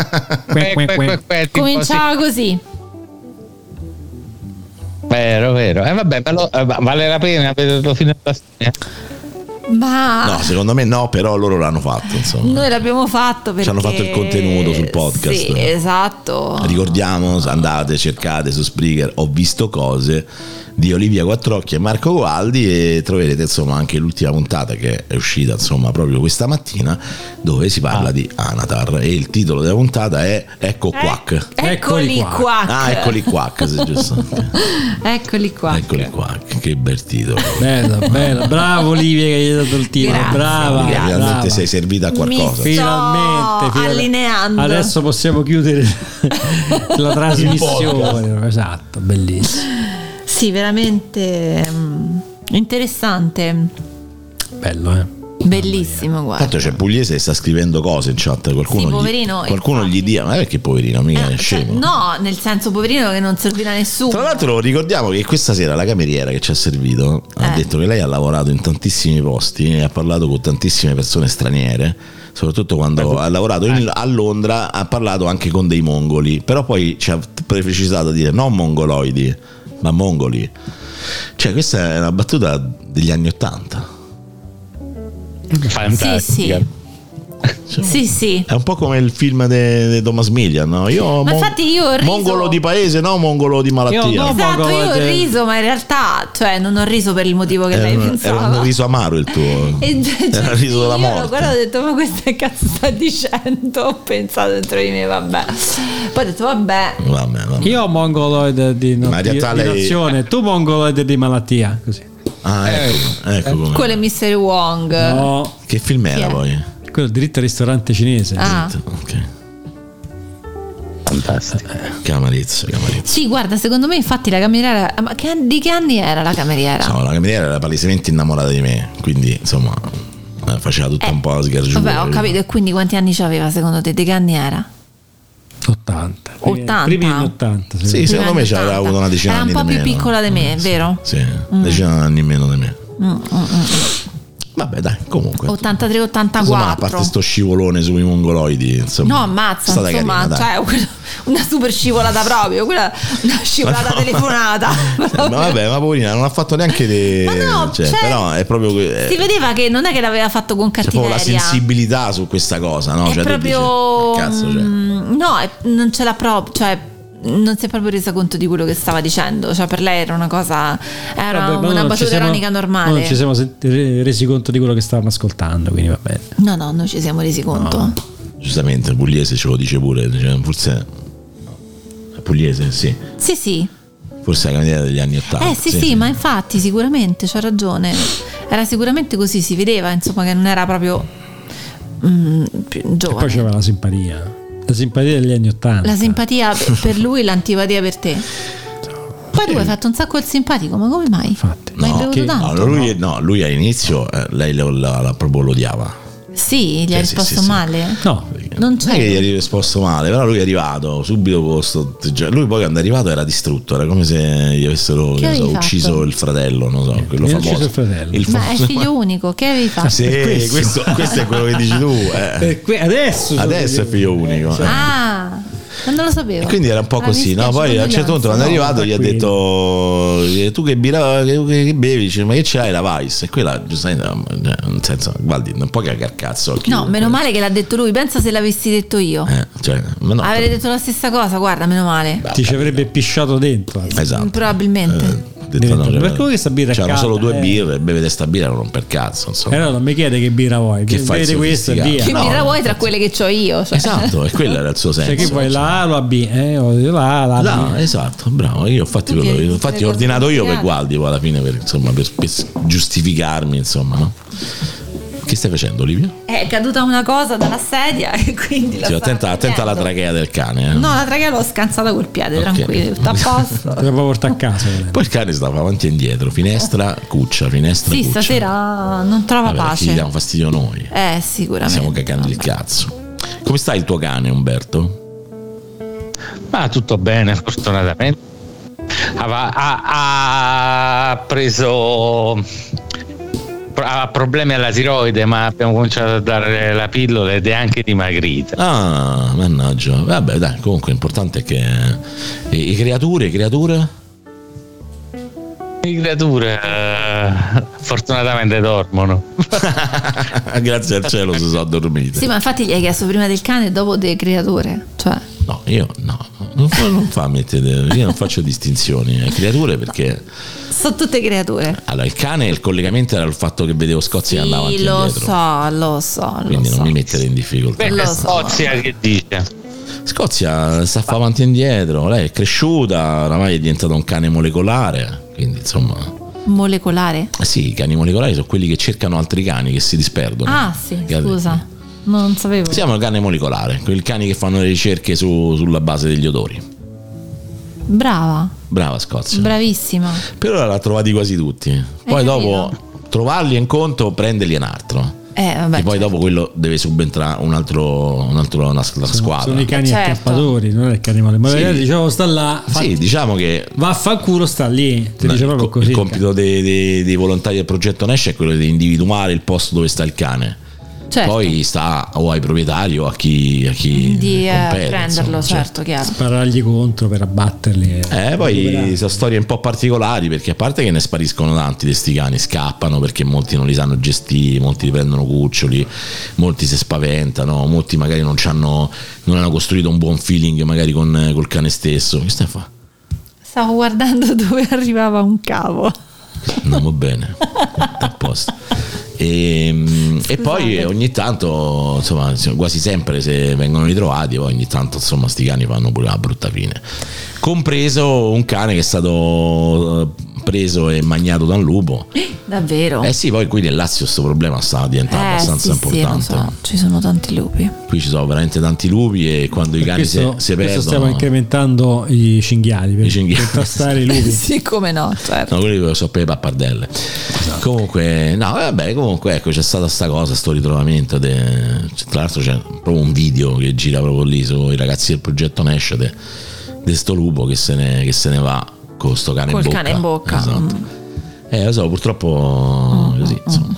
E: que, que,
G: Que-
E: que.
G: que- que- tipo
F: Cominciava così.
G: sì. Vero, vero. E vabbè, ma lo- eh, va- vale la pena vederlo fino alla fine.
F: Ma...
D: No, secondo me no, però loro l'hanno fatto, insomma.
F: Noi l'abbiamo fatto perché
D: Ci hanno fatto il contenuto sul podcast.
F: Sì, esatto.
D: Ricordiamo, andate, cercate su Spreaker, ho visto cose di Olivia Quattrocchi e Marco Gualdi e troverete insomma anche l'ultima puntata che è uscita insomma proprio questa mattina dove si parla
E: Ah.
D: di Anatar e il titolo della puntata è Ecco Quack.
E: Eccoli
F: Eccoli
E: qua.
F: qua.
D: Ah, eccoli Quack, se giusto. Ah.
F: Eccoli qua.
D: Eccoli Quack, che bel titolo.
E: Bella, bella, bravo Olivia che gli hai dato il tiro,
F: Grazie,
E: brava.
D: Finalmente
E: brava.
D: sei servita a qualcosa.
F: Mi-
E: Finalmente,
F: Sto
E: finalmente.
F: allineando.
E: Adesso possiamo chiudere la trasmissione. Esatto, bellissimo.
F: Sì, veramente mm, interessante.
E: Bello, eh.
F: Bellissimo, guarda.
D: Tanto c'è Pugliese che sta scrivendo cose in chat. Qualcuno,
F: Sì,
D: gli,
F: poverino,
D: qualcuno
F: infatti.
D: gli dia, ma perché poverino? Mica
F: Eh,
D: è scemo.
F: cioè, no, nel senso poverino che non servirà a nessuno.
D: Tra l'altro ricordiamo che questa sera la cameriera che ci ha servito ha
F: Eh.
D: detto che lei ha lavorato in tantissimi posti e ha parlato con tantissime persone straniere, soprattutto quando ha lavorato in- a Londra ha parlato anche con dei mongoli, però poi ci ha precisato a dire non mongoloidi, ma mongoli. Cioè questa è una battuta degli anni Ottanta.
G: Fantastica.
F: sì.
D: Cioè,
F: Sì, sì.
D: È un po' come il film di Thomas Millian, no? Io,
F: Ma
D: mon-
F: infatti io ho riso-
D: Mongolo di paese, no mongolo di malattia.
E: Io no,
F: Esatto,
E: Poco
F: io ho
E: volte-
F: riso, ma in realtà, cioè, non ho riso per il motivo che
D: Era
F: lei
D: un-
F: pensava.
D: Era un riso amaro il tuo.
F: E, cioè,
D: era il
F: sì,
D: riso della
F: Io l'ho
D: morte.
F: guardato e ho detto, ma questo che cazzo sta dicendo? Ho pensato dentro di me, vabbè. Poi ho detto, vabbè.
D: Vabbè, vabbè.
E: Io ho mongoloide di, no,
D: Ma in
E: di-
D: realtà
E: di
D: lei-
E: nazione, tu mongoloide di malattia. Così.
D: Ah, ecco, ecco come.
F: Quello è Mr. Wong.
E: No,
D: Che film era
F: Chi è?
D: poi?
E: quello è diritto al ristorante cinese.
F: Ah.
D: Ok.
G: Fantastico.
D: Camarezzo, Camarezzo.
F: Sì, guarda, secondo me infatti la cameriera... eh, Ma che an- di che anni era la cameriera?
D: Insomma, la cameriera era palesemente innamorata di me, quindi insomma eh, faceva tutta un po' la sgargiura.
F: Vabbè, ho capito. E quindi quanti anni c'aveva secondo te? Di che anni era?
E: 80. Primi-
F: 80?
E: Primi anni 80. sì.
D: Sì, secondo me
F: Prima anni
D: c'era
F: 80.
D: avuto una decina
F: Era un
D: d'anni
F: po'
D: di
F: più
D: meno.
F: piccola Mm, di me,
D: Mm, sì.
F: vero?
D: Sì, decina d'anni meno di me.
F: mm.
D: Vabbè, dai, comunque. Insomma, a
F: 83-84.
D: parte sto scivolone sui mongoloidi, insomma.
F: No,
D: è
F: ammazza,
D: stata
F: insomma,
D: carina, dai.
F: cioè, quella- una super scivolata proprio, quella una scivolata
D: Ma no.
F: telefonata.
D: Eh, ma vabbè, ma poverina non ha fatto neanche de...
F: Ma no,
D: cioè,
F: cioè,
D: però è proprio que- eh,
F: si
D: è
F: vedeva che non è che l'aveva fatto con
D: Cioè, proprio la
F: cattiveria.
D: sensibilità su questa cosa, no?
F: è
D: Cioè, tu dici,
F: proprio
D: "Che cazzo, cioè?"
F: mm, no, è- non ce l'ha proprio, cioè non si è proprio resa conto di quello che stava dicendo, cioè per lei era una cosa era
E: Vabbè, ma
F: una
E: non ci
F: battuta
E: siamo-
F: ironica
E: ma Non ci
F: normale.
E: siamo senti- re- resi conto di quello che stavamo ascoltando, quindi va bene.
F: No, no, noi ci siamo resi conto.
D: Giustamente, Pugliese ce lo dice pure, cioè, forse Pugliese, sì,
F: Sì, sì.
D: forse è la cameriera degli anni 80.
F: Eh sì, sì, ma infatti sicuramente c'ha ragione. Era sicuramente così, si vedeva, insomma, che non era proprio mm, più
E: E poi
F: giovane.
E: c'era la simpatia. La simpatia degli anni 80.
F: La simpatia per- per lui, l'antipatia per te. Poi tu hai fatto un sacco il simpatico, ma come mai?
E: Infatti.
F: Ma hai
D: No,
F: bevuto
E: che-
F: tanto?
D: Allora, lui, no, lui all'inizio eh, lei lo, la, la- proprio lo odiava.
F: Sì, gli hai
D: Eh, Sì, sì,
F: risposto
D: sì, sì.
F: male.
E: No, eh,
F: Non
D: Non è che gli
F: c'è.
D: è risposto male, però lui è arrivato subito con sto- cioè, lui poi quando è arrivato era distrutto, era come se gli avessero
F: Che
D: che ne so,
F: avevi fatto?
D: ucciso il fratello, non so, quello
E: Mi ha
D: famoso.
E: ucciso il fratello.
F: Ma è
D: famoso-
F: figlio unico, che avevi fatto?
D: Sì,
E: Questo.
D: questo, questo è quello che dici tu. eh.
E: Per que- adesso, sono
D: Adesso è
E: degli-
D: figlio unico. eh.
F: Ah, ma non lo sapevo.
D: E quindi era un po'
F: Ah, mi
D: così, no?
F: spiace,
D: Poi a un certo punto quando è
F: condoglianze.
D: arrivato gli ha detto "Eh, tu che, bira- che- che- che bevi, dice, ma che c'hai la Vice? E quella giustamente, no, cioè, nel senso, guardi, non può cagare cazzo. a
F: No,
D: chiunque.
F: meno male che l'ha detto lui, pensa se l'avessi detto io.
D: Eh, cioè, ma no,
F: Avrei detto la stessa cosa, guarda, meno male.
E: Ti ci avrebbe pisciato dentro.
D: esatto.
F: Mm, Probabilmente.
D: Eh, detto, no,
E: Ma
D: cioè,
E: come questa birra è
D: c'erano
E: calda,
D: solo due
E: eh?
D: birre, bevete sta birra non per cazzo,
E: E
D: insomma.
E: allora non mi chiede che birra vuoi,
D: Che
E: che
D: fai
E: vede questo e
D: sofisticato?
E: via.
F: Che
D: Eh, no,
F: birra vuoi tra quelle che ho io? Cioè.
D: Esatto, e quello era il suo senso.
E: Cioè, che vuoi
D: insomma.
E: la A o la B? Eh, o la A, la B.
D: No, esatto, bravo. Io ho fatto
F: Tu
D: quello,
F: vieni
D: infatti
F: tutte
D: ho
F: le
D: ordinato
F: cose
D: io per
F: spiegate.
D: Gualdi poi alla fine per, insomma, per, per giustificarmi, insomma, no? Che stai facendo, Olivia?
F: È caduta una cosa dalla sedia e quindi la
D: Sì,
F: stava
D: attenta, attenta alla
F: prendendo.
D: trachea del cane. eh.
F: No, la trachea l'ho scansata col piede,
D: Ok.
F: tranquillo, tutto a posto.
E: Te la puoi portare a casa. volendo.
D: Poi il cane stava avanti e indietro, finestra, cuccia, finestra,
F: sì,
D: cuccia.
F: stasera non trova
D: Vabbè, perché Gli
F: pace.
D: diamo fastidio noi.
F: Eh, sicuramente.
D: Stiamo cagando il cazzo. Come sta il tuo cane, Umberto?
G: Ma tutto bene, fortunatamente. Ava- Ha, ha preso ha problemi alla tiroide, ma abbiamo cominciato a dare la pillola ed è anche dimagrita.
D: Ah, mannaggia. Vabbè, dai, comunque l'importante è che. E, e creature, creature?
G: Le creature eh, fortunatamente dormono.
D: Grazie al cielo si sono dormite.
F: Sì, ma infatti gli hai chiesto prima del cane e dopo del creatore. Cioè,
D: No, io no. no, Non, fa, non fammi vedere, io non faccio distinzioni. eh, Creature perché
F: Sono tutte creature.
D: allora il cane il collegamento era il fatto che vedevo Scozia andava avanti
F: Sì,
D: e
F: lo
D: indietro.
F: so, lo so, lo
D: Quindi non
F: so.
D: mi mettere in difficoltà.
G: Perché
F: Lo so.
G: Scozia che dice?
D: Scozia sta fa avanti e indietro, lei è cresciuta, oramai è diventata un cane molecolare, quindi insomma...
F: Molecolare?
D: eh Sì, i cani molecolari sono quelli che cercano altri cani che si disperdono.
F: Ah, sì,
D: Che-
F: scusa. Non sapevo.
D: Siamo il cane molecolare, quei cani che fanno le ricerche su- sulla base degli odori.
F: Brava,
D: Brava Scozia.
F: bravissima.
D: per ora l'ha trovati quasi tutti. Poi
F: Eh,
D: dopo trovarli in conto, prenderli in altro.
F: Eh, vabbè.
D: e poi dopo quello deve subentrare un altro, un altro- una, una squadra.
E: Sono i cani
F: Certo.
E: acchiappatori, non è il cane male. Ma
D: Sì.
E: magari diciamo sta là, fa,
D: Sì, diciamo che
E: vaffanculo sta lì. Ti dice
D: il,
E: proprio
D: co-
E: così.
D: il compito dei, dei- dei volontari del progetto Nash è quello di individuare il posto dove sta il cane.
F: Certo.
D: Poi sta o ai proprietari o a chi, a chi
F: di eh,
D: compete,
F: prenderlo,
D: insomma, cioè.
F: certo, chiaro.
E: Sparargli contro per abbatterli.
D: Eh, poi sono storie un po' particolari perché a parte che ne spariscono tanti di sti cani, scappano perché molti non li sanno gestire, molti li prendono cuccioli, molti si spaventano, molti magari non, c'hanno- non hanno costruito un buon feeling magari con, col cane stesso. Che stai a fa?
F: Stavo guardando dove arrivava un cavo.
D: Andiamo bene, a posto. E, mm, e poi ogni tanto, insomma, insomma, quasi sempre se vengono ritrovati, poi ogni tanto, insomma, sti cani fanno pure una brutta fine. Compreso un cane che è stato eh, preso e magnato da un lupo.
F: Davvero?
D: Eh sì, poi qui nel Lazio questo problema sta diventando
F: Eh,
D: abbastanza
F: sì, sì,
D: importante.
F: lo so. Ci sono tanti lupi.
D: Qui ci sono veramente tanti lupi e quando i cani
E: questo,
D: si, si
E: questo stiamo
D: perdono...
E: incrementando i cinghiali per,
D: I cinghiali.
E: per tastare i lupi.
F: sì, come no, certo.
D: No, quelli che so per le pappardelle. Comunque, no, eh, vabbè, comunque ecco, c'è stata sta cosa, sto ritrovamento. de- c'è- Tra l'altro c'è proprio un video che gira proprio lì sui ragazzi del progetto Nash de, de sto lupo che se ne, che se ne va con sto cane
F: Col
D: in bocca.
F: cane in bocca.
D: Esatto.
F: Mm.
D: Eh, lo so, purtroppo così, insomma.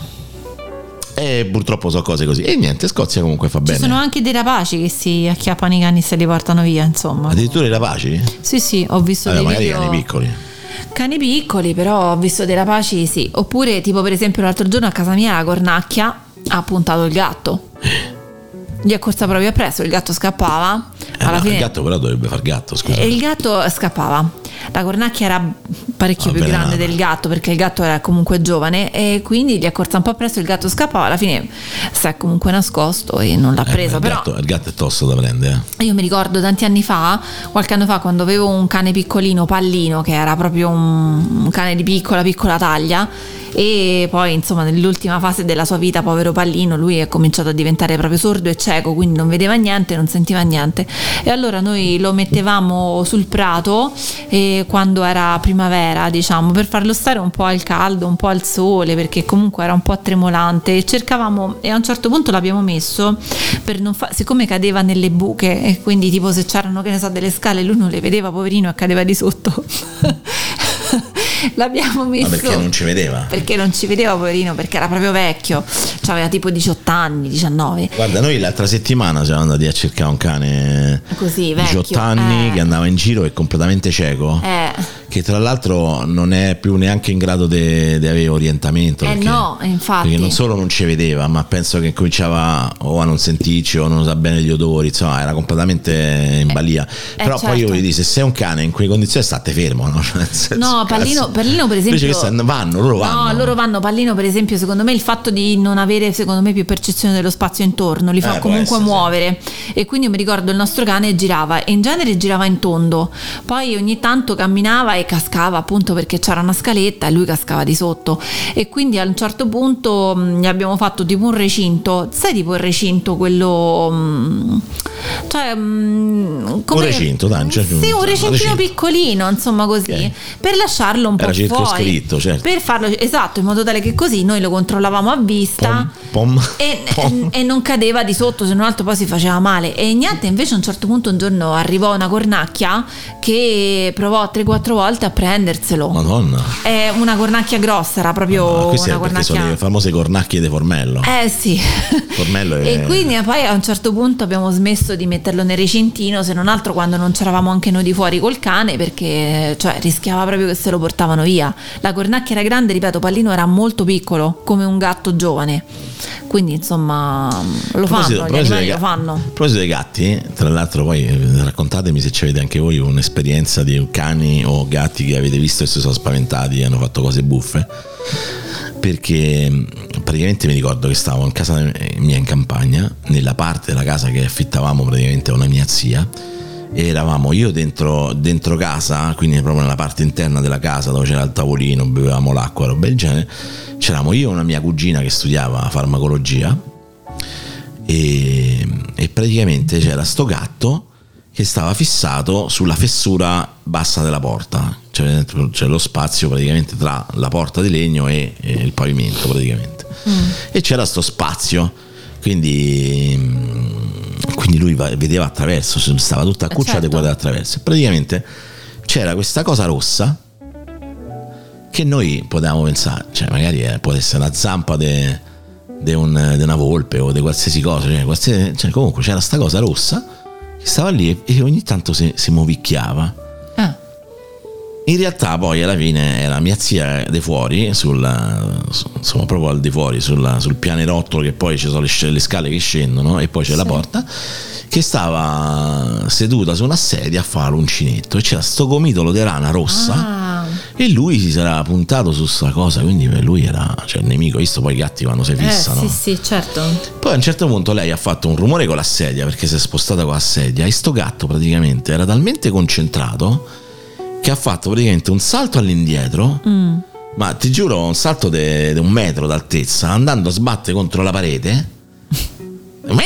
D: E purtroppo so cose così. E niente, Scozia comunque fa
F: Ci
D: bene.
F: sono anche dei rapaci che si acchiappano i cani e se li portano via, insomma.
D: Addirittura i rapaci?
F: Sì, sì, ho visto
D: Vabbè,
F: dei
D: magari i
F: video...
D: cani piccoli. Eh,
F: Cani piccoli, però ho visto dei rapaci, sì. Oppure, tipo, per esempio, l'altro giorno a casa mia la cornacchia ha puntato il gatto. Gli è corsa proprio appresso, il gatto scappava.
D: Eh,
F: alla
D: no,
F: fine...
D: Il gatto però dovrebbe far gatto, scusa. Eh,
F: E il gatto scappava. La cornacchia era parecchio più
D: Avvelenata.
F: grande del gatto perché il gatto era comunque giovane e quindi gli è corsa un po' presto, il gatto scappava, alla fine si è comunque nascosto e non l'ha
D: Eh,
F: preso.
D: il,
F: Però
D: gatto, il gatto è tosto da prendere. eh.
F: io mi ricordo tanti anni fa, qualche anno fa, quando avevo un cane piccolino, pallino, che era proprio un, un cane di piccola, piccola taglia. E poi, insomma, nell'ultima fase della sua vita, povero pallino, lui è cominciato a diventare proprio sordo e cieco, quindi non vedeva niente, non sentiva niente. E allora noi lo mettevamo sul prato eh, quando era primavera, diciamo, per farlo stare un po' al caldo, un po' al sole, perché comunque era un po' tremolante. E cercavamo, e a un certo punto l'abbiamo messo per non fa- siccome cadeva nelle buche, e quindi tipo se c'erano, che ne so, delle scale, lui non le vedeva, poverino, e cadeva di sotto. l'abbiamo messo
D: Ma perché non ci vedeva?
F: perché non ci vedeva poverino perché era proprio vecchio cioè aveva tipo 18 anni 19
D: Guarda, noi l'altra settimana siamo andati a cercare un cane
F: Così,
D: di
F: vecchio,
D: 18 anni
F: eh.
D: che andava in giro e completamente cieco.
F: eh,
D: Che tra l'altro non è più neanche in grado di avere orientamento.
F: eh
D: perché-
F: no infatti
D: Perché non solo non ci vedeva, ma penso che cominciava o a non sentirci o non sa bene gli odori, insomma, era completamente in balia. Però poi io
F: Eh, certo.
D: voglio dire, se sei un cane in quelle condizioni state fermo, no? Cioè, nel senso,
F: No,
D: cazzo.
F: Pallino, Pallino, per esempio.
D: Invece che stanno- vanno, loro vanno.
F: No, loro vanno. Pallino, per esempio, secondo me il fatto di non avere, secondo me, più percezione dello spazio intorno li fa
D: Eh, può
F: comunque
D: essere, sì.
F: muovere. E quindi io mi ricordo il nostro cane girava e in genere girava in tondo. Poi ogni tanto camminava e cascava appunto perché c'era una scaletta e lui cascava di sotto. E quindi a un certo punto mh, gli abbiamo fatto tipo un recinto. Sai tipo il recinto quello. mh, cioè. mh, come-
D: recinto, dai, c'è più-
F: Sì, un
D: un
F: recintino
D: recinto.
F: piccolino, insomma così.
D: Ok.
F: Per lasciarlo un po'
D: Era
F: fuori.
D: circoscritto, certo.
F: Per farlo, esatto, in modo tale che così noi lo controllavamo a vista
D: Pom, pom,
F: e,
D: pom.
F: e- e non cadeva di sotto, se non altro poi si faceva male. E niente, invece a un certo punto un giorno arrivò una cornacchia che provò 3-4 volte a prenderselo.
D: Madonna.
F: È una cornacchia grossa, era proprio
D: No, queste
F: una
D: perché sono le
F: cornacchia.
D: famose cornacchie di formello.
F: Eh sì,
D: Formello è-
F: e quindi poi a un certo punto abbiamo smesso di metterlo nel recintino, se non altro quando non c'eravamo anche noi di fuori col cane, perché cioè, rischiava proprio che se lo portavano andavano via. La cornacchia era grande, ripeto, Pallino era molto piccolo, come un gatto giovane. Quindi insomma lo fanno, gli animali lo fanno.
D: A proposito dei gatti, tra l'altro poi eh, raccontatemi se avete anche voi un'esperienza di cani o gatti che avete visto e si sono spaventati e hanno fatto cose buffe. Perché mh, praticamente mi ricordo che stavo in casa mia in campagna, nella parte della casa che affittavamo praticamente a una mia zia, e eravamo io dentro, dentro casa, quindi proprio nella parte interna della casa dove c'era il tavolino, bevevamo l'acqua, roba del genere, c'eravamo io e una mia cugina che studiava farmacologia e, e praticamente c'era sto gatto che stava fissato sulla fessura bassa della porta, c'è, c'è lo spazio praticamente tra la porta di legno e, e il pavimento praticamente.
F: Mm.
D: E c'era sto spazio, quindi, mm, quindi lui va- vedeva attraverso, stava tutta accucciata
F: Certo.
D: e guardava attraverso. E Praticamente c'era questa cosa rossa che noi potevamo pensare, cioè magari eh, può essere una zampa di un, de una volpe o di qualsiasi cosa, cioè, qualsiasi- cioè, comunque c'era sta cosa rossa che stava lì e e ogni tanto si, si movicchiava.
F: Ah,
D: In realtà poi alla fine era mia zia di fuori, sul- su- insomma proprio al di fuori, sulla- sul pianerottolo che poi ci sono le, sc- le scale che scendono e poi c'è la porta, che stava seduta su una sedia a fare l'uncinetto e c'era sto gomitolo di rana rossa
F: ah,
D: e lui si sarà puntato su sta cosa, quindi per lui era cioè, il nemico, visto poi i gatti quando si
F: eh,
D: fissano.
F: sì, sì, certo.
D: Poi a un certo punto lei ha fatto un rumore con la sedia perché si è spostata con la sedia e sto gatto praticamente era talmente concentrato che ha fatto praticamente un salto all'indietro,
F: Mm.
D: ma ti giuro un salto di un metro d'altezza, andando a sbattere contro la parete. Meh,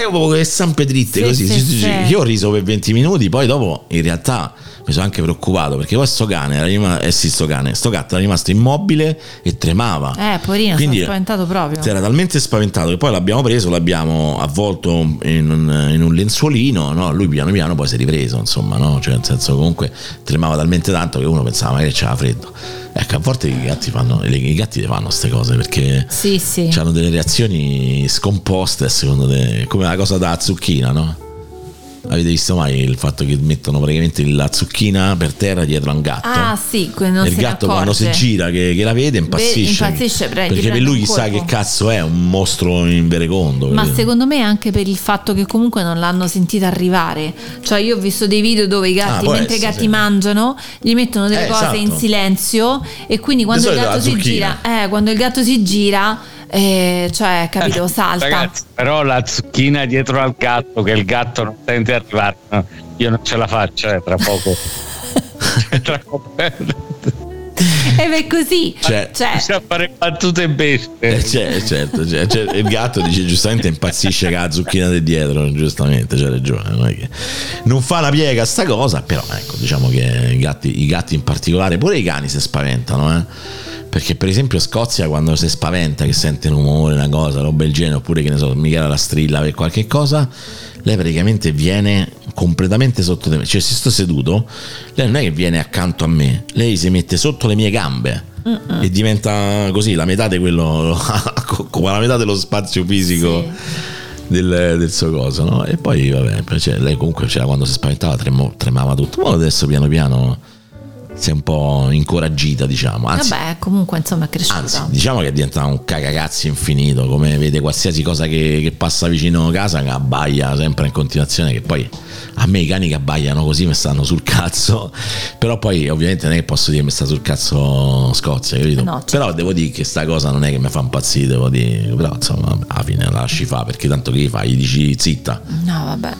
D: proprio con le zampe dritte
F: Sì,
D: così.
F: sì,
D: Sì, sì,
F: sì.
D: sì. Io ho riso per 20 minuti, poi dopo in realtà mi sono anche preoccupato perché poi sto cane era rimasto, eh sì, sto cane, sto gatto era rimasto immobile e tremava.
F: Eh, poverino,
D: Quindi-
F: sono spaventato proprio.
D: Si era talmente spaventato che poi l'abbiamo preso, l'abbiamo avvolto in un, in un lenzuolino, no? lui piano piano poi si è ripreso, insomma, no? cioè, nel senso comunque tremava talmente tanto che uno pensava magari c'era freddo. Ecco, a volte i gatti fanno, le- i gatti le fanno queste cose perché
F: Sì, sì.
D: hanno delle reazioni scomposte, secondo te, come la cosa da zucchina, no? Avete visto mai il fatto che mettono praticamente la zucchina per terra dietro a un gatto?
F: Ah, sì, que- non
D: E
F: se
D: il
F: ne
D: gatto
F: accorge.
D: quando si gira che, che la vede impazzisce,
F: impazzisce, pre- gli
D: perché per
F: prende
D: lui
F: un
D: chissà
F: colpo.
D: che cazzo è un mostro in verecondo
F: Ma
D: capito?
F: secondo me anche per il fatto che comunque non l'hanno sentita arrivare. Cioè, io ho visto dei video dove i
D: Ah,
F: gatti,
D: può
F: mentre i
D: essere,
F: gatti
D: sì.
F: mangiano, gli mettono delle
D: Eh,
F: cose
D: esatto.
F: in silenzio. E quindi quando il
D: solito
F: gatto
D: la
F: si
D: zucchina.
F: gira, eh, quando il gatto si gira, eh, cioè, capito, salta.
G: Ragazzi, però la zucchina dietro al gatto, che il gatto non sente arrivare, no, io non ce la faccio, eh, tra poco. tra poco.
F: E è così.
D: Cioè,
F: Cioè,
G: Bisogna fare battute
D: Eh,
G: bestie.
D: cioè, certo, cioè, cioè, il gatto dice giustamente impazzisce che ha la zucchina di dietro, giustamente, c'è ragione. Non, è che- non fa la piega sta cosa, però ecco, diciamo che i gatti, i gatti in particolare, pure i cani si spaventano, eh. Perché per esempio in Scozia quando si spaventa che sente un rumore, una cosa, roba del genere, oppure che ne so, Michela la strilla per qualche cosa, lei praticamente viene completamente sotto di me. Cioè se sto seduto, lei non è che viene accanto a me, lei si mette sotto le mie gambe e diventa così la metà di quello come la metà dello spazio fisico del, del suo coso no? e poi vabbè cioè, lei comunque cioè, quando si spaventava tremo- tremava tutto ma adesso piano piano si è un po' incoraggita diciamo anzi
F: vabbè, comunque, insomma, è cresciuta.
D: Anzi, diciamo che è diventato un cagacazzi infinito, come vede qualsiasi cosa che, che passa vicino a casa che abbaia sempre in continuazione, che poi a me i cani che abbaiano così mi stanno sul cazzo, però poi ovviamente non è che posso dire che mi sta sul cazzo Scozia, capito?
F: No, certo.
D: Però devo dire che sta cosa non è che mi fa impazzire, devo dire, però insomma alla fine la lasci fa perché tanto che gli fai, gli dici zitta,
F: No, vabbè.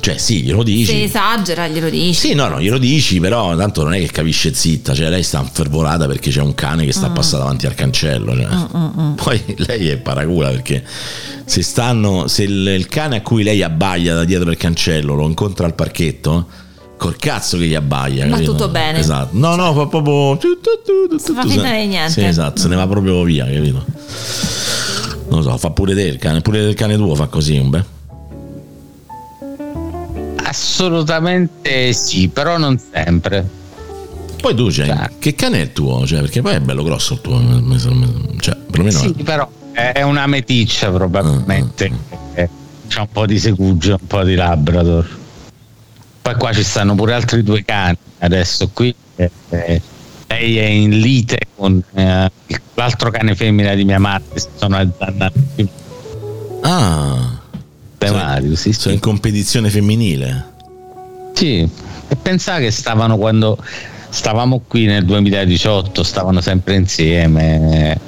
D: cioè sì, glielo dici.
F: Se esagera, glielo dici.
D: Sì, no, no, glielo dici, però tanto non è che capisce zitta, cioè lei sta infervorata perché c'è un cane che sta
F: Mm.
D: passando davanti al cancello. cioè. Poi lei è paracula perché se stanno, se il, il cane a cui lei abbaia da dietro il cancello lo incontra al parchetto, col cazzo che gli abbaia.
F: Va
D: capito?
F: tutto bene.
D: Esatto. No, no, fa proprio.
F: fa finta di niente.
D: Sì, esatto, se ne va proprio via, capito? Non lo so, fa pure te il cane, pure il cane tuo fa così, un bel.
G: Assolutamente sì, però non sempre.
D: Poi tu, cioè,
G: Cioè.
D: che cane è il tuo? Cioè, perché poi è bello grosso il tuo, mi sa- mi- cioè, perlomeno
G: Sì,
D: è-
G: però è è una meticcia probabilmente.
D: Mm,
G: Eh, C'ha un po' di segugio, un po' di labrador. Poi qua ci stanno pure altri due cani adesso qui. eh, eh, lei è in lite con eh, l'altro cane femmina di mia madre, sono a Zanna
D: Ah,
G: Mario, sì,
D: sono
G: sì.
D: in competizione femminile.
G: Sì, e pensa che stavano quando stavamo qui nel 2018, stavano sempre insieme.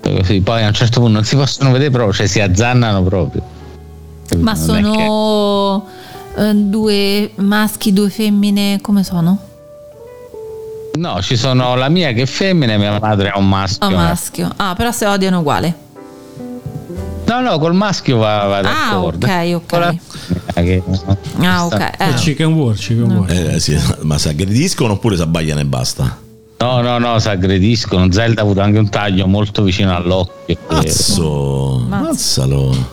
G: Poi Così, poi a un certo punto non si possono vedere proprio, cioè si azzannano proprio.
F: Ma
G: Non è che-
F: sono eh, due maschi, due femmine, come sono?
G: No, ci sono la mia che è femmina e mia madre è un maschio.
F: Ah, maschio. Ah, però se odiano uguale.
G: No, no, col maschio va, va
F: Ah,
G: d'accordo.
F: ok,
G: Con la
F: ok.
G: femmina che-
F: Ah, ok.
E: Eh,
F: eh.
E: Chicken War, Chicken War.
D: Eh, sì, ma si aggrediscono oppure si abbagliano e basta?
G: No, no, no, si aggrediscono. Zelda ha avuto anche un taglio molto vicino all'occhio.
F: Ah,
D: Mazzo,
F: Mazza.
D: mazzalo.
G: Il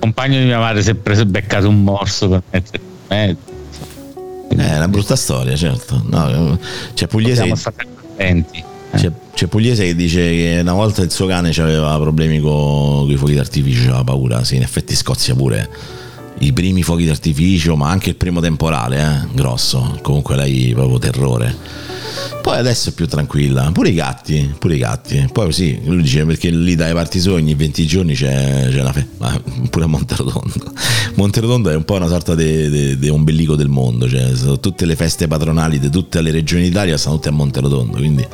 G: compagno di mia madre si è preso e beccato un morso per mettere in mezzo.
D: Eh, È una brutta storia, certo. No, eh, c'è, Pugliese,
G: Dobbiamo stare attenti.
D: c'è, c'è Pugliese che dice che una volta il suo cane aveva problemi con i fuochi d'artificio, aveva paura. Sì, in effetti Scozia pure. I primi fuochi d'artificio, ma anche il primo temporale, eh, grosso. Comunque lei proprio terrore. Poi adesso è più tranquilla. Pure i gatti, pure i gatti. Poi sì, lui dice perché lì dai parti sogni ogni 20 giorni c'è, c'è una festa. Ma pure a Monterotondo. Monterotondo è un po' una sorta di ombelico del mondo. Cioè, sono tutte le feste patronali di tutte le regioni d'Italia sono tutte a Monterotondo. Quindi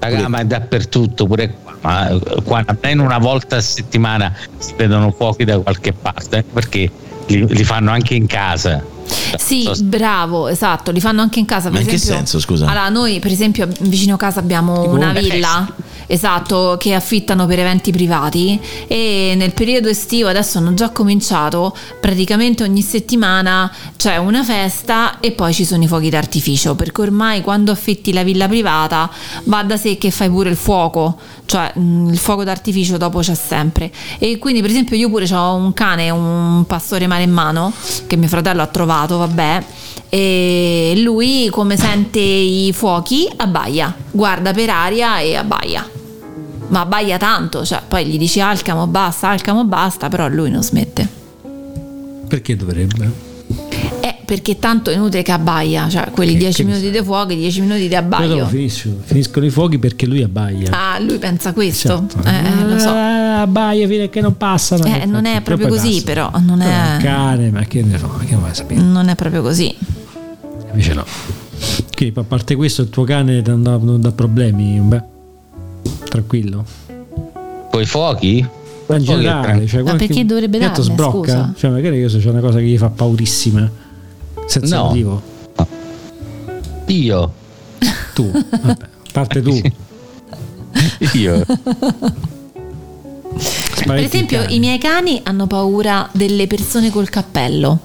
G: Raga, ma è dappertutto, pure qua. Ma eh, qua almeno una volta a settimana si vedono fuochi da qualche parte anche perché li, li fanno anche in casa.
F: Eh, Sì,
G: So se-
F: bravo, esatto, li fanno anche in casa. Per
D: Ma in che
F: esempio-
D: senso, scusa?
F: Allora, noi per esempio vicino casa abbiamo una
G: comunque-
F: villa, esatto, che affittano per eventi privati e nel periodo estivo adesso hanno già cominciato, praticamente ogni settimana c'è una festa e poi ci sono i fuochi d'artificio, perché ormai quando affitti la villa privata va da sé che fai pure il fuoco, cioè mh, il fuoco d'artificio dopo c'è sempre. E quindi per esempio io pure ho un cane, un pastore maremmano che mio fratello ha trovato, vabbè, e lui come sente i fuochi abbaia, guarda per aria e abbaia. Ma abbaia tanto, cioè poi gli dici alcamo basta, alcamo basta, però lui non smette.
E: Perché dovrebbe?
F: Eh, perché tanto è inutile che abbaia, cioè quelli
E: Che-
F: 10
E: che
F: minuti di fuoco, 10 minuti di
E: Poi dopo
F: abbaio.
E: finiscono, finiscono i fuochi perché lui abbaia.
F: Ah, lui pensa questo,
E: Certo.
F: eh, lo so.
E: Ah, Abbaia fino a che non passano.
F: Eh, non è
E: Infatti,
F: proprio
E: poi
F: così,
E: passano.
F: però, non è-
E: un cane, ma che ne so, ma che vuoi sapere?
F: Non è proprio così.
E: Invece no. Quindi, a parte questo, il tuo cane non dà, non dà problemi, beh. Tranquillo.
G: Poi i fuochi?
E: Ma in
G: Poi che
E: generale,
G: tran-
E: cioè,
F: Ma
E: qualche
F: perché dovrebbe
E: gatto
F: darne,
E: sbrocca?
F: scusa?
E: Cioè, magari io so c'è una cosa che gli fa paurissima. Senza
G: No.
E: motivo.
G: Io.
E: Tu, vabbè, a parte tu.
G: Io.
F: Per esempio, i miei cani hanno paura delle persone col cappello.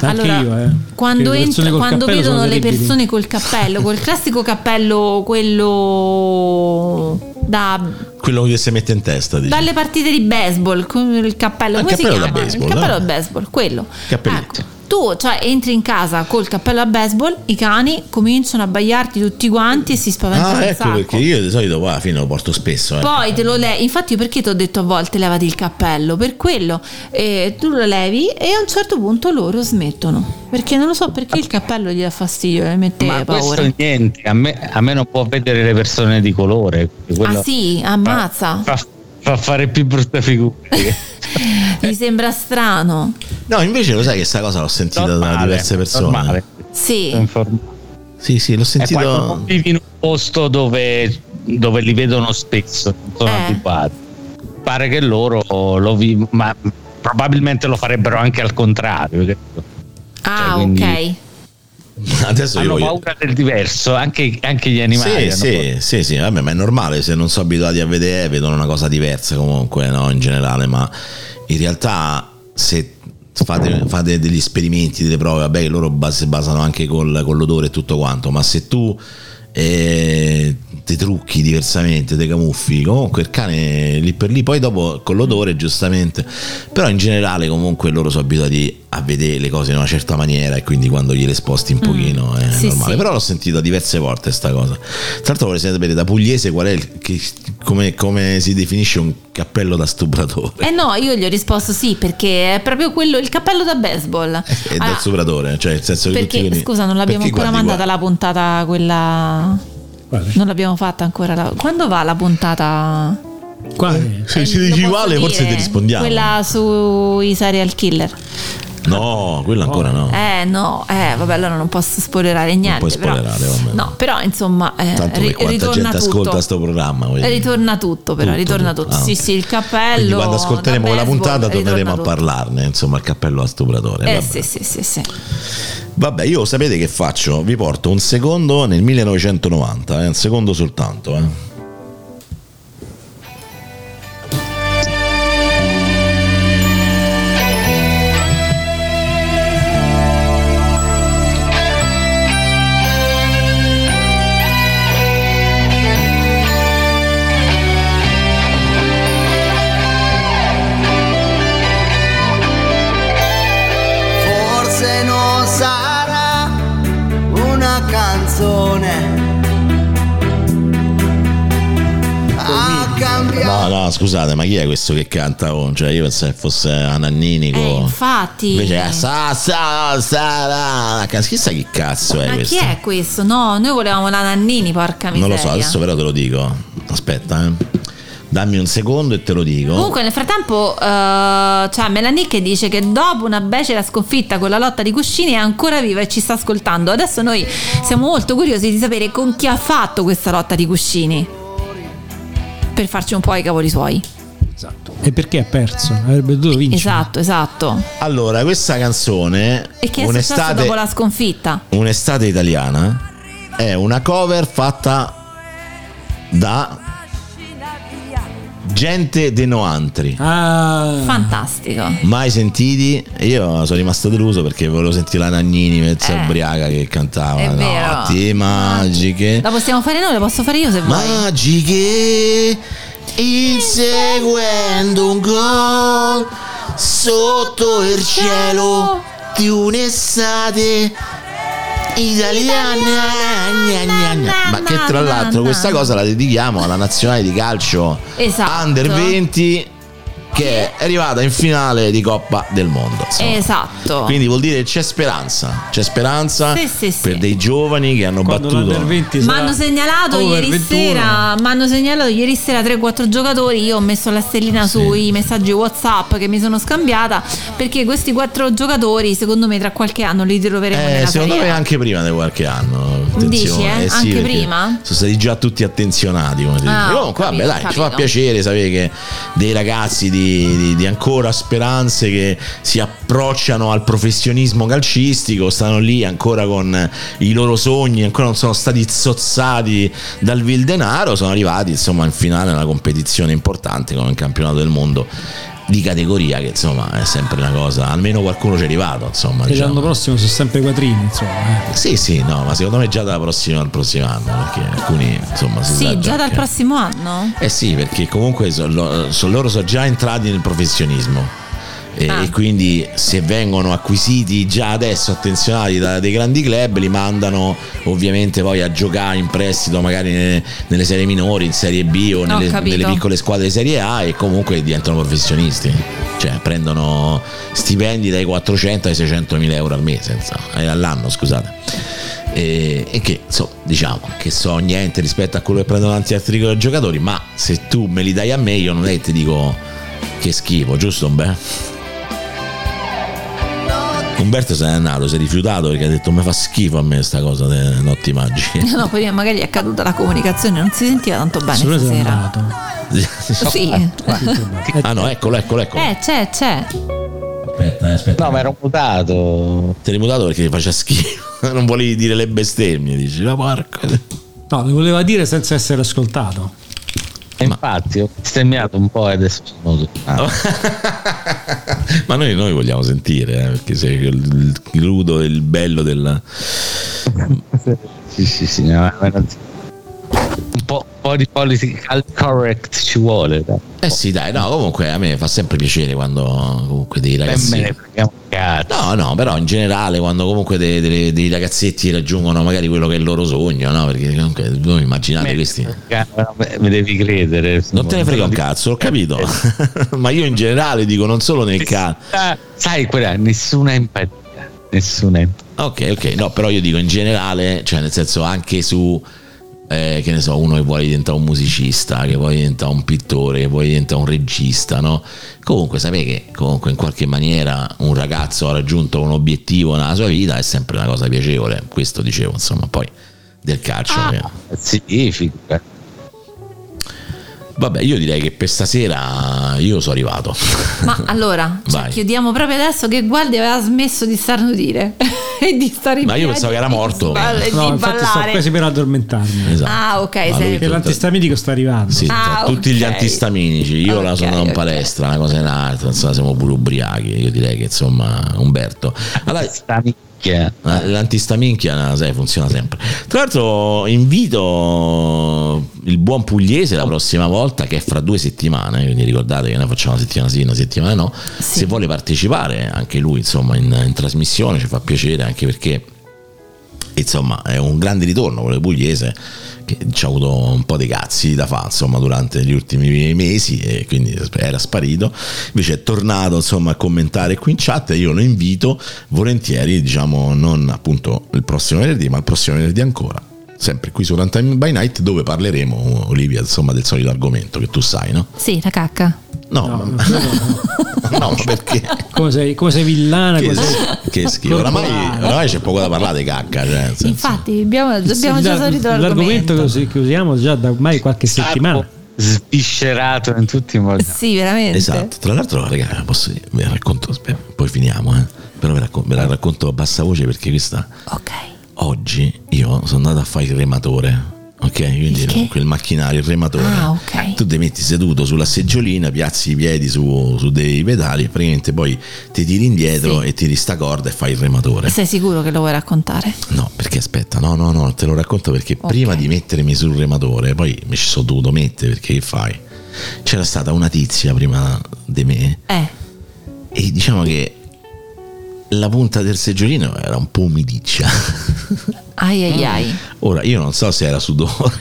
E: Anche
F: allora,
E: io, eh.
F: quando,
E: Che le persone
F: entra-
E: col
F: quando
E: cappello
F: vedono
E: sono
F: le
E: terribili.
F: persone col cappello, col classico cappello, quello da,
D: quello che si mette in testa. Dice.
F: dalle partite di baseball, con il cappello,
D: Ah, il
F: come si
D: cappello
F: chiama?
D: da baseball,
F: il cappello
D: eh.
F: da baseball, quello.
D: Cappelletto.
F: Ecco, tu cioè, entri in casa col cappello a baseball, i cani cominciano a bagliarti tutti quanti e si spaventano
D: Ah,
F: un
D: ecco
F: sacco.
D: perché io di solito qua alla fine lo porto spesso. Eh.
F: Poi te lo levi, infatti io perché ti ho detto a volte levati il cappello, per quello Eh, tu lo levi e a un certo punto loro smettono, perché non lo so perché il cappello gli dà fastidio, le mette
G: ma
F: paura.
G: questo niente, a me, a me non può vedere le persone di colore. quello
F: Ah sì,
G: fa-
F: ammazza,
G: Fa, fa fare più brutta figura.
F: mi sembra strano.
D: No, invece lo sai che sta cosa l'ho sentita da
G: Normale,
D: diverse persone.
G: normale. Sono
F: Sì,
G: informato.
D: Sì, sì, l'ho
G: E quando
D: sentito.
G: non vivi in un posto dove, dove li vedono spesso, non sono
F: Eh.
G: abituati. Pare che loro lo vi- ma probabilmente lo farebbero anche al contrario. capito?
F: ah
G: quindi-
F: ok.
D: Adesso io
G: Hanno
D: voglio.
G: paura del diverso, anche, anche gli animali.
D: Sì,
G: hanno paura.
D: sì, sì, sì, vabbè, ma è normale se non sono abituati a vedere, eh, vedono una cosa diversa comunque, no, in generale, ma in realtà se fate, fate degli esperimenti, delle prove, vabbè, che loro bas- si basano anche col- con l'odore e tutto quanto, ma se tu eh, ti trucchi diversamente, ti camuffi, comunque il cane lì per lì, poi dopo con l'odore giustamente, però in generale comunque loro sono abituati a vedere le cose in una certa maniera e quindi quando gliele sposti un pochino eh, è
F: Mm. Sì,
D: normale.
F: sì.
D: Però l'ho sentita diverse volte sta cosa. Tra l'altro vorrei sapere da Pugliese qual è il, che- come, come si definisce un cappello da stupratore.
F: Eh no, io gli ho risposto sì, perché è proprio quello, il cappello da baseball.
D: E
F: Ah,
D: dal Eh, stupratore, cioè nel senso che
F: perché,
D: tutti quelli-
F: scusa, non l'abbiamo
D: perché
F: ancora
D: guardi
F: mandata
D: qua?
F: la puntata quella... Non l'abbiamo fatta ancora. la- Quando va la puntata?
E: Qua
D: Se
F: Eh,
D: Cioè, ci
F: lo
D: dici
F: posso
D: uguale forse
F: dire.
D: ti rispondiamo.
F: Quella sui serial killer.
D: No, quello ancora no.
F: Eh no, eh vabbè, allora non posso spoilerare
D: Non
F: niente.
D: puoi spoilerare,
F: però,
D: vabbè.
F: No, però insomma, eh,
D: Tanto
F: ri-
D: per quanta
F: ritorna
D: gente
F: tutto.
D: ascolta sto programma. voglio dire.
F: Ritorna tutto, però,
D: Tutto,
F: ritorna tutto.
D: Ah,
F: sì,
D: ok.
F: sì, il cappello.
D: Quindi quando ascolteremo
F: da
D: quella
F: baseball,
D: puntata
F: ritorna
D: torneremo a
F: tutto.
D: parlarne, insomma, il cappello da stupratore.
F: Eh
D: vabbè.
F: sì, sì, sì, sì.
D: Vabbè, io sapete che faccio? Vi porto un secondo nel 1990, eh, un secondo soltanto. eh.
A: Forse non sarà una canzone. Ha
D: No,
A: cambiato.
D: no, scusate, ma chi è questo che canta? oh? Cioè, io pensavo che fosse Anannini.
F: Eh,
D: con-
F: infatti.
D: Invece eh, è sa, sa, sa, la- Chissà chi cazzo è
F: Ma
D: questo.
F: chi è questo? No, noi volevamo la Nannini, porca miseria.
D: Non lo so, adesso però te lo dico. Aspetta, eh. Dammi un secondo e te lo dico.
F: Comunque nel frattempo eh, c'è Melanie che dice che dopo una becera sconfitta con la lotta di cuscini è ancora viva e ci sta ascoltando. Adesso noi siamo molto curiosi di sapere con chi ha fatto questa lotta di cuscini. Per farci un po' i cavoli suoi.
E: esatto. E perché ha perso? Avrebbe dovuto vincere.
F: Esatto, esatto.
D: Allora, questa canzone,
F: E che è successo
D: un'estate,
F: dopo la sconfitta?
D: un'estate italiana, è una cover fatta da gente de Noantri.
E: Ah,
F: Fantastico.
D: Mai sentiti? Io sono rimasto deluso perché volevo sentire la Nannini mezza
F: Eh.
D: ubriaca che cantava
F: È vero.
D: Notti magiche.
F: La possiamo fare noi, la posso fare io se vuoi.
D: magiche inseguendo un gol sotto il cielo di un'estate italiana ma che tra l'altro questa cosa la dedichiamo alla nazionale di calcio
F: Esatto.
D: under 20 che è arrivata in finale di Coppa del Mondo insomma.
F: Esatto.
D: quindi vuol dire che c'è speranza c'è speranza
F: Sì, sì, sì.
D: per dei giovani che hanno
E: quando l'Under
D: battuto
E: 20
F: Mi
E: sarà
F: hanno segnalato
E: over
F: ieri
E: 21.
F: sera, mi hanno segnalato ieri sera 3-4 giocatori, io ho messo la stellina sui messaggi WhatsApp che mi sono scambiata perché questi 4 giocatori secondo me tra qualche anno li ritroveremo
D: Eh,
F: nella
D: secondo me
F: carriera.
D: anche prima di qualche anno.
F: Dici,
D: attenzione.
F: eh?
D: sì,
F: Anche
D: perché
F: prima?
D: Sono stati già tutti attenzionati. Come si dice.
F: Ah, ho
D: Comunque, vabbè,
F: capito,
D: dai, ci fa
F: capito.
D: piacere sapere che dei ragazzi di, di- di ancora speranze che si approcciano al professionismo calcistico stanno lì ancora con i loro sogni, ancora non sono stati zozzati dal vil denaro. Sono arrivati insomma in finale a una competizione importante come il campionato del mondo. Di categoria, che insomma è sempre una cosa, almeno qualcuno ci è arrivato. Insomma,
E: E
D: diciamo.
E: l'anno prossimo sono sempre quattrini, insomma.
F: Ah,
E: eh.
D: Sì, sì, no, ma secondo me già dal prossimo al prossimo anno, perché alcuni insomma si sa
F: Sì, già dal
D: che-
F: prossimo anno.
D: Eh sì, perché comunque so- lo- so- loro sono già entrati nel professionismo. E,
F: Ah.
D: e quindi se vengono acquisiti già adesso attenzionati da dei grandi club li mandano ovviamente poi a giocare in prestito magari nelle, nelle serie minori in serie B o nelle,
F: capito.
D: nelle piccole squadre di serie A e comunque diventano professionisti cioè prendono stipendi dai 400 ai 600 mila euro al mese insomma, eh, all'anno scusate e, e che so, diciamo che so niente rispetto a quello che prendono tanti altri giocatori ma se tu me li dai a me io non è che ti dico che schifo giusto beh Umberto se n'è andato, si è rifiutato perché ha detto mi fa schifo a me sta cosa delle notti magiche.
F: No, poi magari è caduta la comunicazione, non si sentiva tanto bene
E: Solo se è
F: stasera.
E: andato.
F: Sì.
D: ah no, eccolo, eccolo, eccolo.
F: Eh, c'è, c'è.
D: Aspetta, eh, aspetta.
G: No, ma ero mutato.
D: Te l'hai mutato perché ti faceva schifo. Non volevi dire le bestemmie, dici, ma porca.
E: No, lo voleva dire senza essere ascoltato.
G: E Infatti, ho stemmiato un po' e adesso sono mutato.
D: Ma noi, noi vogliamo sentire, eh, perché sei il il crudo e il bello del...
G: sì, sì, sì, no, ma non- un po', un po' di political correct ci vuole. dai.
D: Eh sì, dai, no, comunque a me fa sempre piacere quando comunque dei
G: Ben me ne
D: ragazzi.
G: freghiamo un cazzo.
D: No, no, però in generale quando comunque dei, dei- dei ragazzetti raggiungono magari quello che è il loro sogno, no? Perché comunque voi immaginate
G: Me-
D: questi.
G: me- Mi devi credere.
D: Non te ne frega un cazzo, ho capito. Ma io in generale dico non solo nel caso.
G: Ah, Sai, quella nessuna empatia. Nessuna empatia.
D: Ok, ok, no, però io dico in generale, cioè nel senso anche su, eh, che ne so, uno che vuole diventare un musicista, che vuole diventare un pittore, che vuole diventare un regista, no? Comunque sapete che comunque in qualche maniera un ragazzo ha raggiunto un obiettivo nella sua vita è sempre una cosa piacevole, questo dicevo, insomma, poi del calcio. eh. che-
G: Sì, figura.
D: Vabbè, io direi che per stasera io sono arrivato.
F: Ma allora, cioè,
D: Vai.
F: chiudiamo proprio adesso che Guardi aveva smesso di starnutire e di stare in
D: Ma io
F: piedi
D: pensavo che era
F: e di
D: morto.
F: sball- e
E: No,
F: di
E: infatti sto
F: ballare.
E: quasi per addormentarmi.
D: Esatto.
F: Ah, ok,
D: Ma
F: sei-
D: lui
E: Che
D: tutto-
E: l'antistaminico sta arrivando.
D: Sì,
F: Ah,
D: tra tutti gli
F: ok.
D: antistaminici. Io la
F: Ok,
D: sono in
F: ok.
D: palestra, una cosa in un'altra, insomma, siamo pure ubriachi. Io direi che insomma, Umberto. Allora,
G: Sta minchia.
D: eh, l'antistaminchia sai, funziona sempre. Tra l'altro, invito il buon pugliese la prossima volta, che è fra due settimane. Quindi ricordate che noi facciamo una settimana sì, una settimana no.
F: Sì.
D: Se vuole partecipare anche lui, insomma, in, in trasmissione, ci fa piacere anche perché. Insomma, è un grande ritorno quello pugliese che ci ha avuto un po' di cazzi da fare insomma, durante gli ultimi mesi e quindi era sparito. Invece è tornato insomma, a commentare qui in chat e io lo invito volentieri, diciamo, non appunto il prossimo venerdì, ma il prossimo venerdì ancora. Sempre qui su Runtime by Night dove parleremo, Olivia, insomma, del solito argomento che tu sai, no?
F: Sì, la cacca.
D: No, ma- no, ma perché?
E: Come sei, come sei villana,
D: Che,
E: come sei-
D: che schifo, oramai, oramai c'è poco da parlare di cacca. Cioè, nel senso-
F: Infatti, abbiamo, abbiamo già
E: L'ar-
F: esaurito l'argomento.
E: l'argomento che usi- che usiamo già da ormai
D: Ah,
E: qualche
D: boh.
E: settimana.
G: Sardo Sviscerato in tutti i modi.
D: Eh,
F: Sì, veramente.
D: Esatto, tra l'altro raga, posso, ve la racconto, aspetta, poi finiamo, eh. però ve la, raccon- ve la racconto a bassa voce perché questa
F: Ok.
D: oggi io sono andato a fare il rematore. Ok, quindi
F: Il che?
D: quel macchinario, il rematore.
F: Ah, ok.
D: Tu ti metti seduto sulla seggiolina, piazzi i piedi su, su dei pedali e praticamente poi ti tiri indietro
F: Sì.
D: e tiri sta corda e fai il rematore.
F: Sei sicuro che lo vuoi raccontare?
D: No, perché aspetta, no, no, no, te lo racconto perché
F: Ok.
D: prima di mettermi sul rematore, poi mi ci sono dovuto mettere perché che fai? C'era stata una tizia prima di me
F: Eh,
D: e diciamo che la punta del seggiolino era un po' umidiccia.
F: ai ai ai.
D: Ora io non so se era sudore.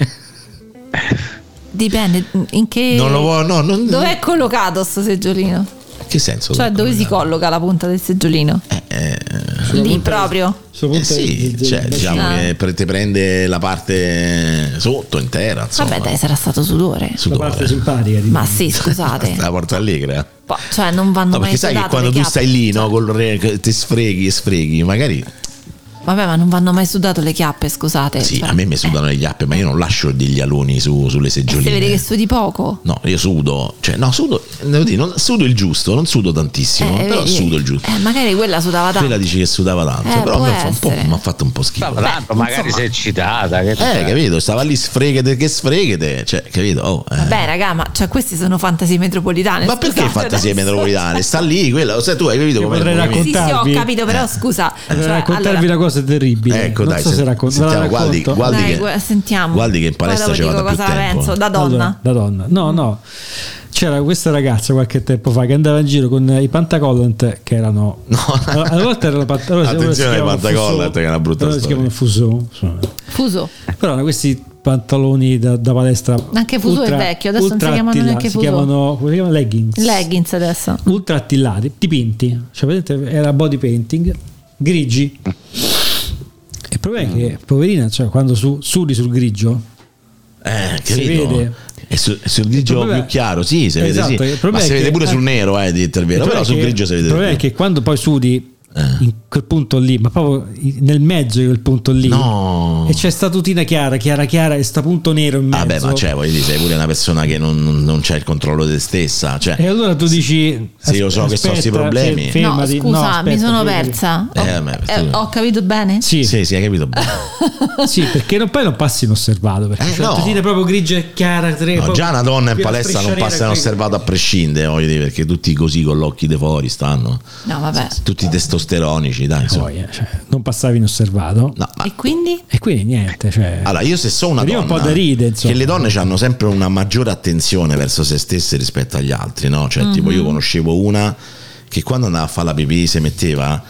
F: Dipende in che.
D: Non lo vuoi- no, non-
F: Dov'è collocato sto seggiolino?
D: Che senso?
F: Cioè, dove si colloca la punta del seggiolino? Lì proprio.
D: Eh sì, cioè, diciamo
F: Ah.
D: che pre- te prende la parte sotto intera, insomma.
F: Vabbè, dai, sarà stato sudore.
E: la
D: sudore.
E: parte simpatica. di-
F: Ma sì, scusate.
D: La porta allegra.
F: Po- Cioè, non vanno
D: No,
F: mai
D: perché sai che
F: sudate
D: quando
F: le
D: tu
F: chiappe.
D: stai lì, no, col re- che ti sfreghi e sfreghi, magari
F: Vabbè, ma non vanno mai sudate le chiappe, scusate.
D: sì,
F: Cioè,
D: a me mi sudano le chiappe, ma io non lascio degli aloni su- sulle
F: Eh, Si vede che
D: seggioline.
F: studi poco.
D: No, io sudo, cioè no, sudo, devo dire, non, sudo il giusto, non sudo tantissimo,
F: Eh,
D: però
F: vedi?
D: sudo il giusto.
F: Eh, magari quella sudava tanto.
D: Quella dici che sudava tanto,
F: Eh,
D: però
F: può
D: mi ha, fatto un po',
F: essere.
D: mi ha fatto un po' schifo.
G: Tra l'altro, magari
F: insomma.
G: sei eccitata. Che
D: Eh, capito, stava lì sfregate che sfregate, cioè, capito? Oh, eh.
F: Vabbè, raga, ma cioè, questi sono fantasie metropolitane.
D: Ma perché
F: scusate,
D: fantasie
F: adesso.
D: metropolitane? Sta lì, quella, sai tu hai capito
E: Io
D: come
E: potrei
D: come mi-
F: Sì, sì, ho
E: Raccontarvi.
F: capito, però scusa.
E: Per
F: cioè,
E: Eh. raccontarvi
F: allora-
E: una cosa terribile.
D: Ecco,
E: non
D: dai,
E: so se
D: sent-
E: raccon- ve la
D: sentiamo, guardi-
E: racconto.
D: guardi
F: Dai,
D: che-
F: guarda, sentiamo.
D: guardi che in
F: Poi
D: palestra
F: dopo
D: ci vado
F: dico
D: più
F: cosa la
D: tempo.
F: penso, da donna.
E: Da donna. No,
F: Mm.
E: no. C'era questa ragazza qualche tempo fa che andava in giro con i pantacollant che erano...
D: No.
E: Allora, Una volta era la pat- allora si- ora si
D: Attenzione ai
E: chiamano
D: pantacollant,
E: fuso.
D: che è una brutta
E: Allora si
D: storia.
E: chiamano fuso. Insomma.
F: Fuso.
E: Però hanno questi pantaloni da, da palestra.
F: Anche fuso è vecchio, adesso non si
E: ultra
F: chiamano
E: attillati,
F: neanche
E: si
F: fuso.
E: chiamano- come si chiamano? leggings.
F: Leggings adesso.
E: Ultra attillati, dipinti. Cioè, vedete, era body painting, grigi.
D: Mm.
E: Il problema è che, poverina, cioè, quando su, sudi sul grigio,
D: Eh,
E: Si
D: capito?
E: vede.
D: E su- sul grigio
E: problema-
D: più chiaro, sì, si vede,
E: Esatto,
D: sì.
E: il
D: ma
E: problema
D: si
E: è
D: vede
E: che-
D: pure sul
E: eh,
D: nero, eh, di il
E: il
D: vero,
E: problema
D: però
E: è
D: sul
E: che-
D: grigio si
E: Il
D: vede
E: problema è
D: di più. Eh.
E: che quando poi sudi in quel punto lì, ma proprio i- nel mezzo di quel punto lì,
D: No.
E: e c'è sta tutina chiara, chiara, chiara, e sta punto nero in mezzo.
D: Vabbè, ma cioè, voglio dire, sei pure una persona che non, non- non c'ha il controllo di te stessa, cioè,
E: E allora tu dici:
D: Sì, io so che so sti problemi.
E: fer-
F: No,
E: fermati,
F: scusa, mi
E: aspetta,
F: sono
E: fermati.
F: persa.
D: Eh,
F: Ho-
D: vabbè,
F: eh,
D: scusa.
F: ho capito bene?
E: Sì, sì.
D: sì, sì, hai capito bene.
E: perché non, poi non passi inosservato. Perché
D: Eh,
E: c'è una
D: no.
E: tutina proprio grigia e chiara. tre-
D: No,
E: proprio-
D: già una donna in
E: quella
D: palestra non
E: striscia
D: passa
E: nera qui.
D: inosservato a prescindere, voglio dire, perché tutti così con l'occhio di fuori stanno.
F: No, vabbè.
D: Tutti testosteronici, dai. insomma.
E: Poi, eh, cioè, non passavi inosservato.
D: No, ma
F: E quindi?
E: E quindi niente. Cioè,
D: allora io se sono una
E: Veniva
D: donna,
E: un po' da ride, insomma.
D: che le donne hanno sempre una maggiore attenzione verso se stesse rispetto agli altri, no? Cioè, tipo
E: Mhm.
D: io conoscevo una che quando andava a fare la pipì si metteva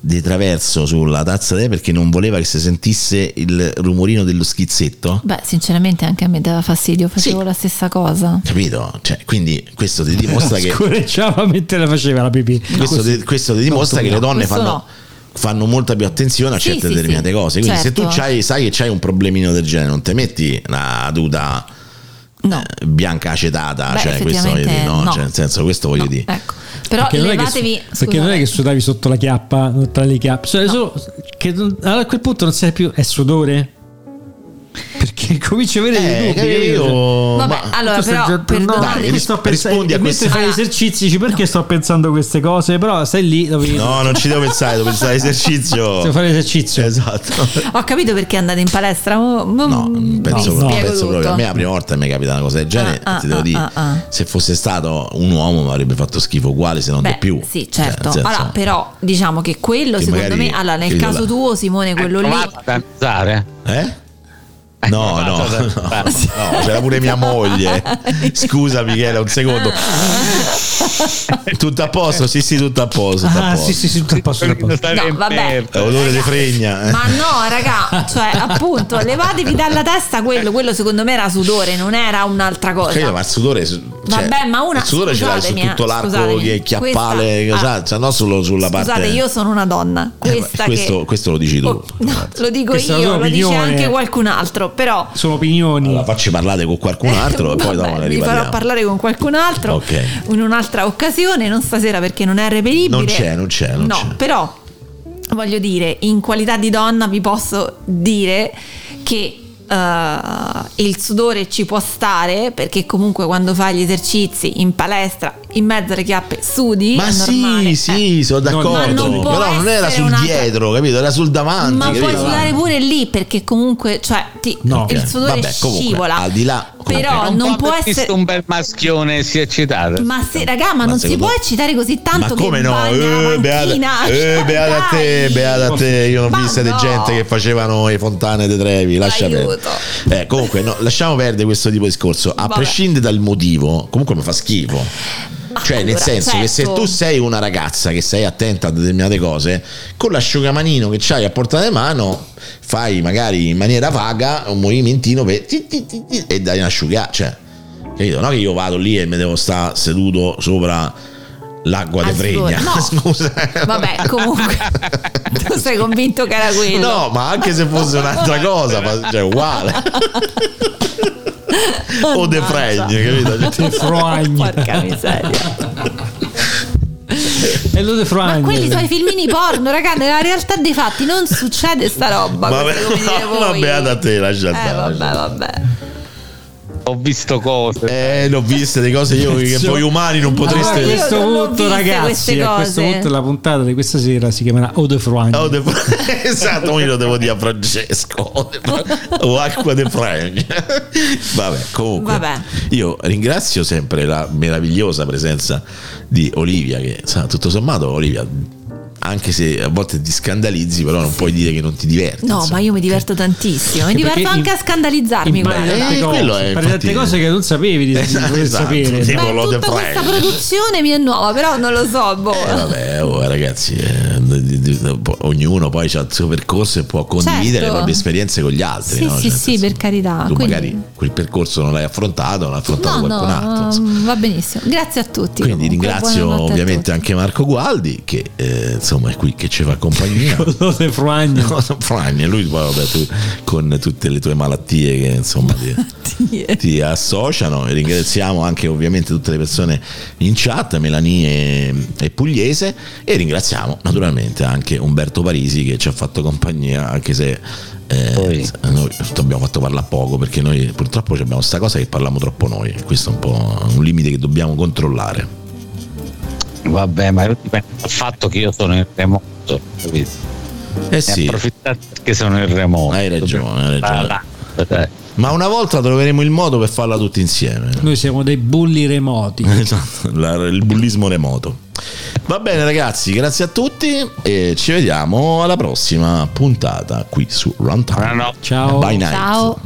D: di traverso sulla tazza di perché non voleva che si sentisse il rumorino dello schizzetto.
F: Beh, sinceramente anche a me dava fastidio, facevo
D: Sì.
F: la stessa cosa.
D: Capito? Cioè, quindi questo ti dimostra che
E: scorreggiava cioè, mentre la faceva la pipì.
D: questo, ti, questo ti dimostra che le donne
F: Questo
D: fanno,
F: no.
D: fanno molta più attenzione a
F: Sì,
D: certe
F: sì,
D: determinate
F: sì.
D: cose. Quindi se tu
F: Certo.
D: c'hai- sai che c'hai un problemino del genere, non ti metti una tuta
F: No.
D: eh, bianca acetata,
F: Beh,
D: cioè questo voglio
F: effettivamente
D: dire, no?
F: no.
D: Cioè, nel senso, questo voglio dire.
F: Ecco. Però
E: Perché non, è che, su-
F: levatevi.
E: perché non è che
F: scusate.
E: sudavi sotto la chiappa, non tra le chiappe, cioè, solo che non- allora a quel punto non sai più, è sudore? Perché cominci a avere
D: Eh,
E: dei dubbi.
D: capito,
E: capito?
D: io-
F: Vabbè,
D: ma-
F: allora
E: Tu stai
F: però
E: già-
F: perdonate-
D: Dai,
E: perché sto
D: rispondi
E: pensando-
D: a
E: e
D: queste-
E: mentre fai gli
F: Ah.
E: esercizi, dici, perché sto pensando queste cose? Però stai lì dove
F: ah,
D: No, non ci devo pensare, devo pensare
E: devo
D: all'esercizio.
E: fare l'esercizio.
D: Esatto.
F: Ho capito perché andate in palestra.
D: No, penso,
E: no,
D: proprio,
E: spiego
D: penso proprio. A me la prima volta mi è capita una cosa del genere,
F: Ah, ah,
D: ti devo
F: ah,
D: dire,
F: ah, ah.
D: se fosse stato un uomo mi avrebbe fatto schifo uguale se non di
F: Beh,
D: più.
F: Sì,
D: Cioè,
F: certo.
D: nel senso-
F: allora, però diciamo che quello,
D: Che
F: secondo
D: magari-
F: me, allora, nel
D: capito,
F: caso
D: la-
F: tuo, Simone, quello
E: Ecco,
F: lì.
G: Provate a danzare.
D: Eh? No,
G: Eh,
D: no,
G: vado,
D: no,
G: vado.
F: Ah.
D: no, c'era pure mia moglie. Scusa Michela, un secondo. Tutto a posto? Sì, sì, tutto a posto. Tutto a
E: Ah,
D: posto.
E: sì, sì, sì, tutto a posto, tutto a posto.
G: Stare
F: No,
G: in
F: vabbè.
G: merda.
D: Eh, Odore di fregna. eh.
F: Ma no, raga, cioè appunto, levatevi dalla testa quello, quello secondo me era sudore, non era un'altra cosa.
D: Capito, ma il sudore, cioè,
F: Vabbè, ma una-
D: il sudore ce l'hai su
F: scusatemi, eh,
D: tutto l'arco
F: scusatemi.
D: che chiappale,
F: Questa- ah,
D: sa- cioè, non solo sulla
F: Scusate,
D: parte.
F: io sono una donna,
D: Eh, beh,
F: questa
D: questo,
F: che
D: questo lo dici tu.
F: Oh, no, lo dico
E: Questa è la
F: io,
E: tua
F: lo dice
E: opinione.
F: anche qualcun altro, però
E: Sono opinioni.
D: Allora, facci parlare con qualcun altro e poi
F: Vabbè,
D: dopo ne
F: vi farò
D: riparliamo.
F: parlare con qualcun altro
D: Ok.
F: in un'altra occasione, non stasera perché non è reperibile.
D: Non c'è, non c'è, non
F: no,
D: c'è.
F: però voglio dire, in qualità di donna vi posso dire che eh, il sudore ci può stare perché comunque quando fai gli esercizi in palestra in mezzo alle chiappe sudi
D: Ma
F: è
D: sì,
F: normale, eh.
D: sì, sono
E: No, ma
D: d'accordo.
E: non può
D: Però non era
F: essere
D: sul
F: una-
D: dietro, capito? Era sul davanti.
F: Ma puoi
D: capito?
F: sudare pure lì perché comunque, cioè, ti-
E: No.
F: il
D: Ok,
F: sudore
D: vabbè, comunque,
F: scivola.
D: al di là- comunque,
F: però non, può
G: aver
F: essere
G: visto un bel maschione si è eccitato.
F: Ma se, raga, ma,
D: Ma
F: non si
D: secondo-
F: può eccitare così
D: Ma
F: tanto
D: come
F: che
D: no?
F: bagna la
D: Eh, beata,
F: panchina.
D: eh,
F: Cioè,
D: beata a te,
F: dai.
D: beata a te. Io non ho
F: Ma
D: visto
F: no.
D: di gente che facevano le fontane dei trevi. Lascia
F: Aiuto.
D: perdere. Eh, comunque, no, lasciamo perdere questo tipo di discorso. A
F: Vabbè.
D: prescindere dal motivo, comunque mi fa schifo. Cioè, nel
F: allora,
D: senso che se
F: certo.
D: tu sei una ragazza che sei attenta a determinate cose, con l'asciugamanino che c'hai a portata di mano, fai magari in maniera vaga un movimentino per ti, ti, ti, ti, e dai un asciugà. Cioè, capito? Non che io vado lì e mi devo stare seduto sopra l'acqua di
F: Al
D: fregna.
F: sudore, no.
D: Scusa.
F: Vabbè, comunque, tu sei convinto che era quello.
D: No, ma anche se fosse un'altra cosa, ma, cioè, uguale. o de fregna, capito? Cioè,
E: Te froagni.
F: Porca miseria.
E: E lo de
F: Ma
E: froagni.
F: quelli sono i filmini porno, raga. Nella realtà dei fatti non succede sta roba.
D: Ma
F: così come dire voi.
D: vabbè, a te, cioè. lascia
F: Eh,
D: andare.
F: vabbè, vabbè.
G: Ho visto cose.
D: Eh, l'ho viste le cose io che
E: Cazzo.
D: voi umani non
E: Allora,
D: potreste.
E: a questo
F: Io non ho
E: punto,
F: viste
E: ragazzi,
F: queste
E: a questo
F: cose.
E: punto la puntata di questa sera si chiamerà Ode Froagni.
D: Oh, de- esatto, io lo devo dire a Francesco Oh, de- o acqua de Fregna. Vabbè, comunque,
F: Vabbè.
D: io ringrazio sempre la meravigliosa presenza di Olivia. Che sa, tutto sommato, Olivia, anche se a volte ti scandalizzi, però non puoi dire che non ti diverti.
F: No,
D: insomma.
F: ma io mi diverto tantissimo. Mi
E: Perché
F: diverto anche
E: in-
F: a scandalizzarmi.
E: impari
F: guarda.
E: tante
D: Eh,
E: cose,
D: quello è,
E: impari tante
D: infatti.
E: cose che non sapevi di, di
D: Esatto,
E: voler
D: esatto.
E: sapere.
D: Sì.
F: Beh,
D: Quello
F: tutta
D: te
F: questa
D: frega.
F: produzione mi è nuova, però non lo so. Boh.
D: Eh, vabbè, oh, ragazzi, eh, di- di- di- po- ognuno poi ha il suo percorso e può condividere le proprie esperienze con gli altri. no?
F: Certo. Sì, sì,
D: Cioè,
F: sì,
D: insomma,
F: per carità,
D: Tu
F: quindi-
D: magari quel percorso non l'hai affrontato, non l'ha affrontato
F: No, no,
D: qualcun altro. insomma.
F: um, va benissimo. Grazie a tutti.
D: Quindi
F: comunque,
D: ringrazio
F: buonanotte a
D: ovviamente
F: tutti.
D: anche Marco Gualdi che eh, insomma è qui che ci fa compagnia.
E: Ode Froagni.
D: Fragni, lui poi vabbè, tu, con tutte le tue malattie che insomma ti, ti associano e ringraziamo anche ovviamente tutte le persone in chat, Melanie e, e Pugliese e ringraziamo naturalmente anche Umberto Parisi che ci ha fatto compagnia anche se eh, noi ti abbiamo fatto parlare poco perché noi purtroppo abbiamo sta cosa che parliamo troppo noi, questo è un po' un limite che dobbiamo controllare.
G: Vabbè, ma dipende dal fatto che io sono in remoto. Capito?
D: Eh
G: Ne
D: sì,
G: approfittate perché sono in remoto.
D: Hai ragione, hai
G: Ah,
D: ragione.
G: dai, dai.
D: ma una volta troveremo il modo per farla tutti insieme.
E: Noi siamo dei bulli remoti.
D: Esatto, la- il bullismo remoto. Va bene ragazzi, grazie a tutti e ci vediamo alla prossima puntata qui su Runtime.
G: Buonanotte.
E: Ciao.
D: By night.
F: Ciao.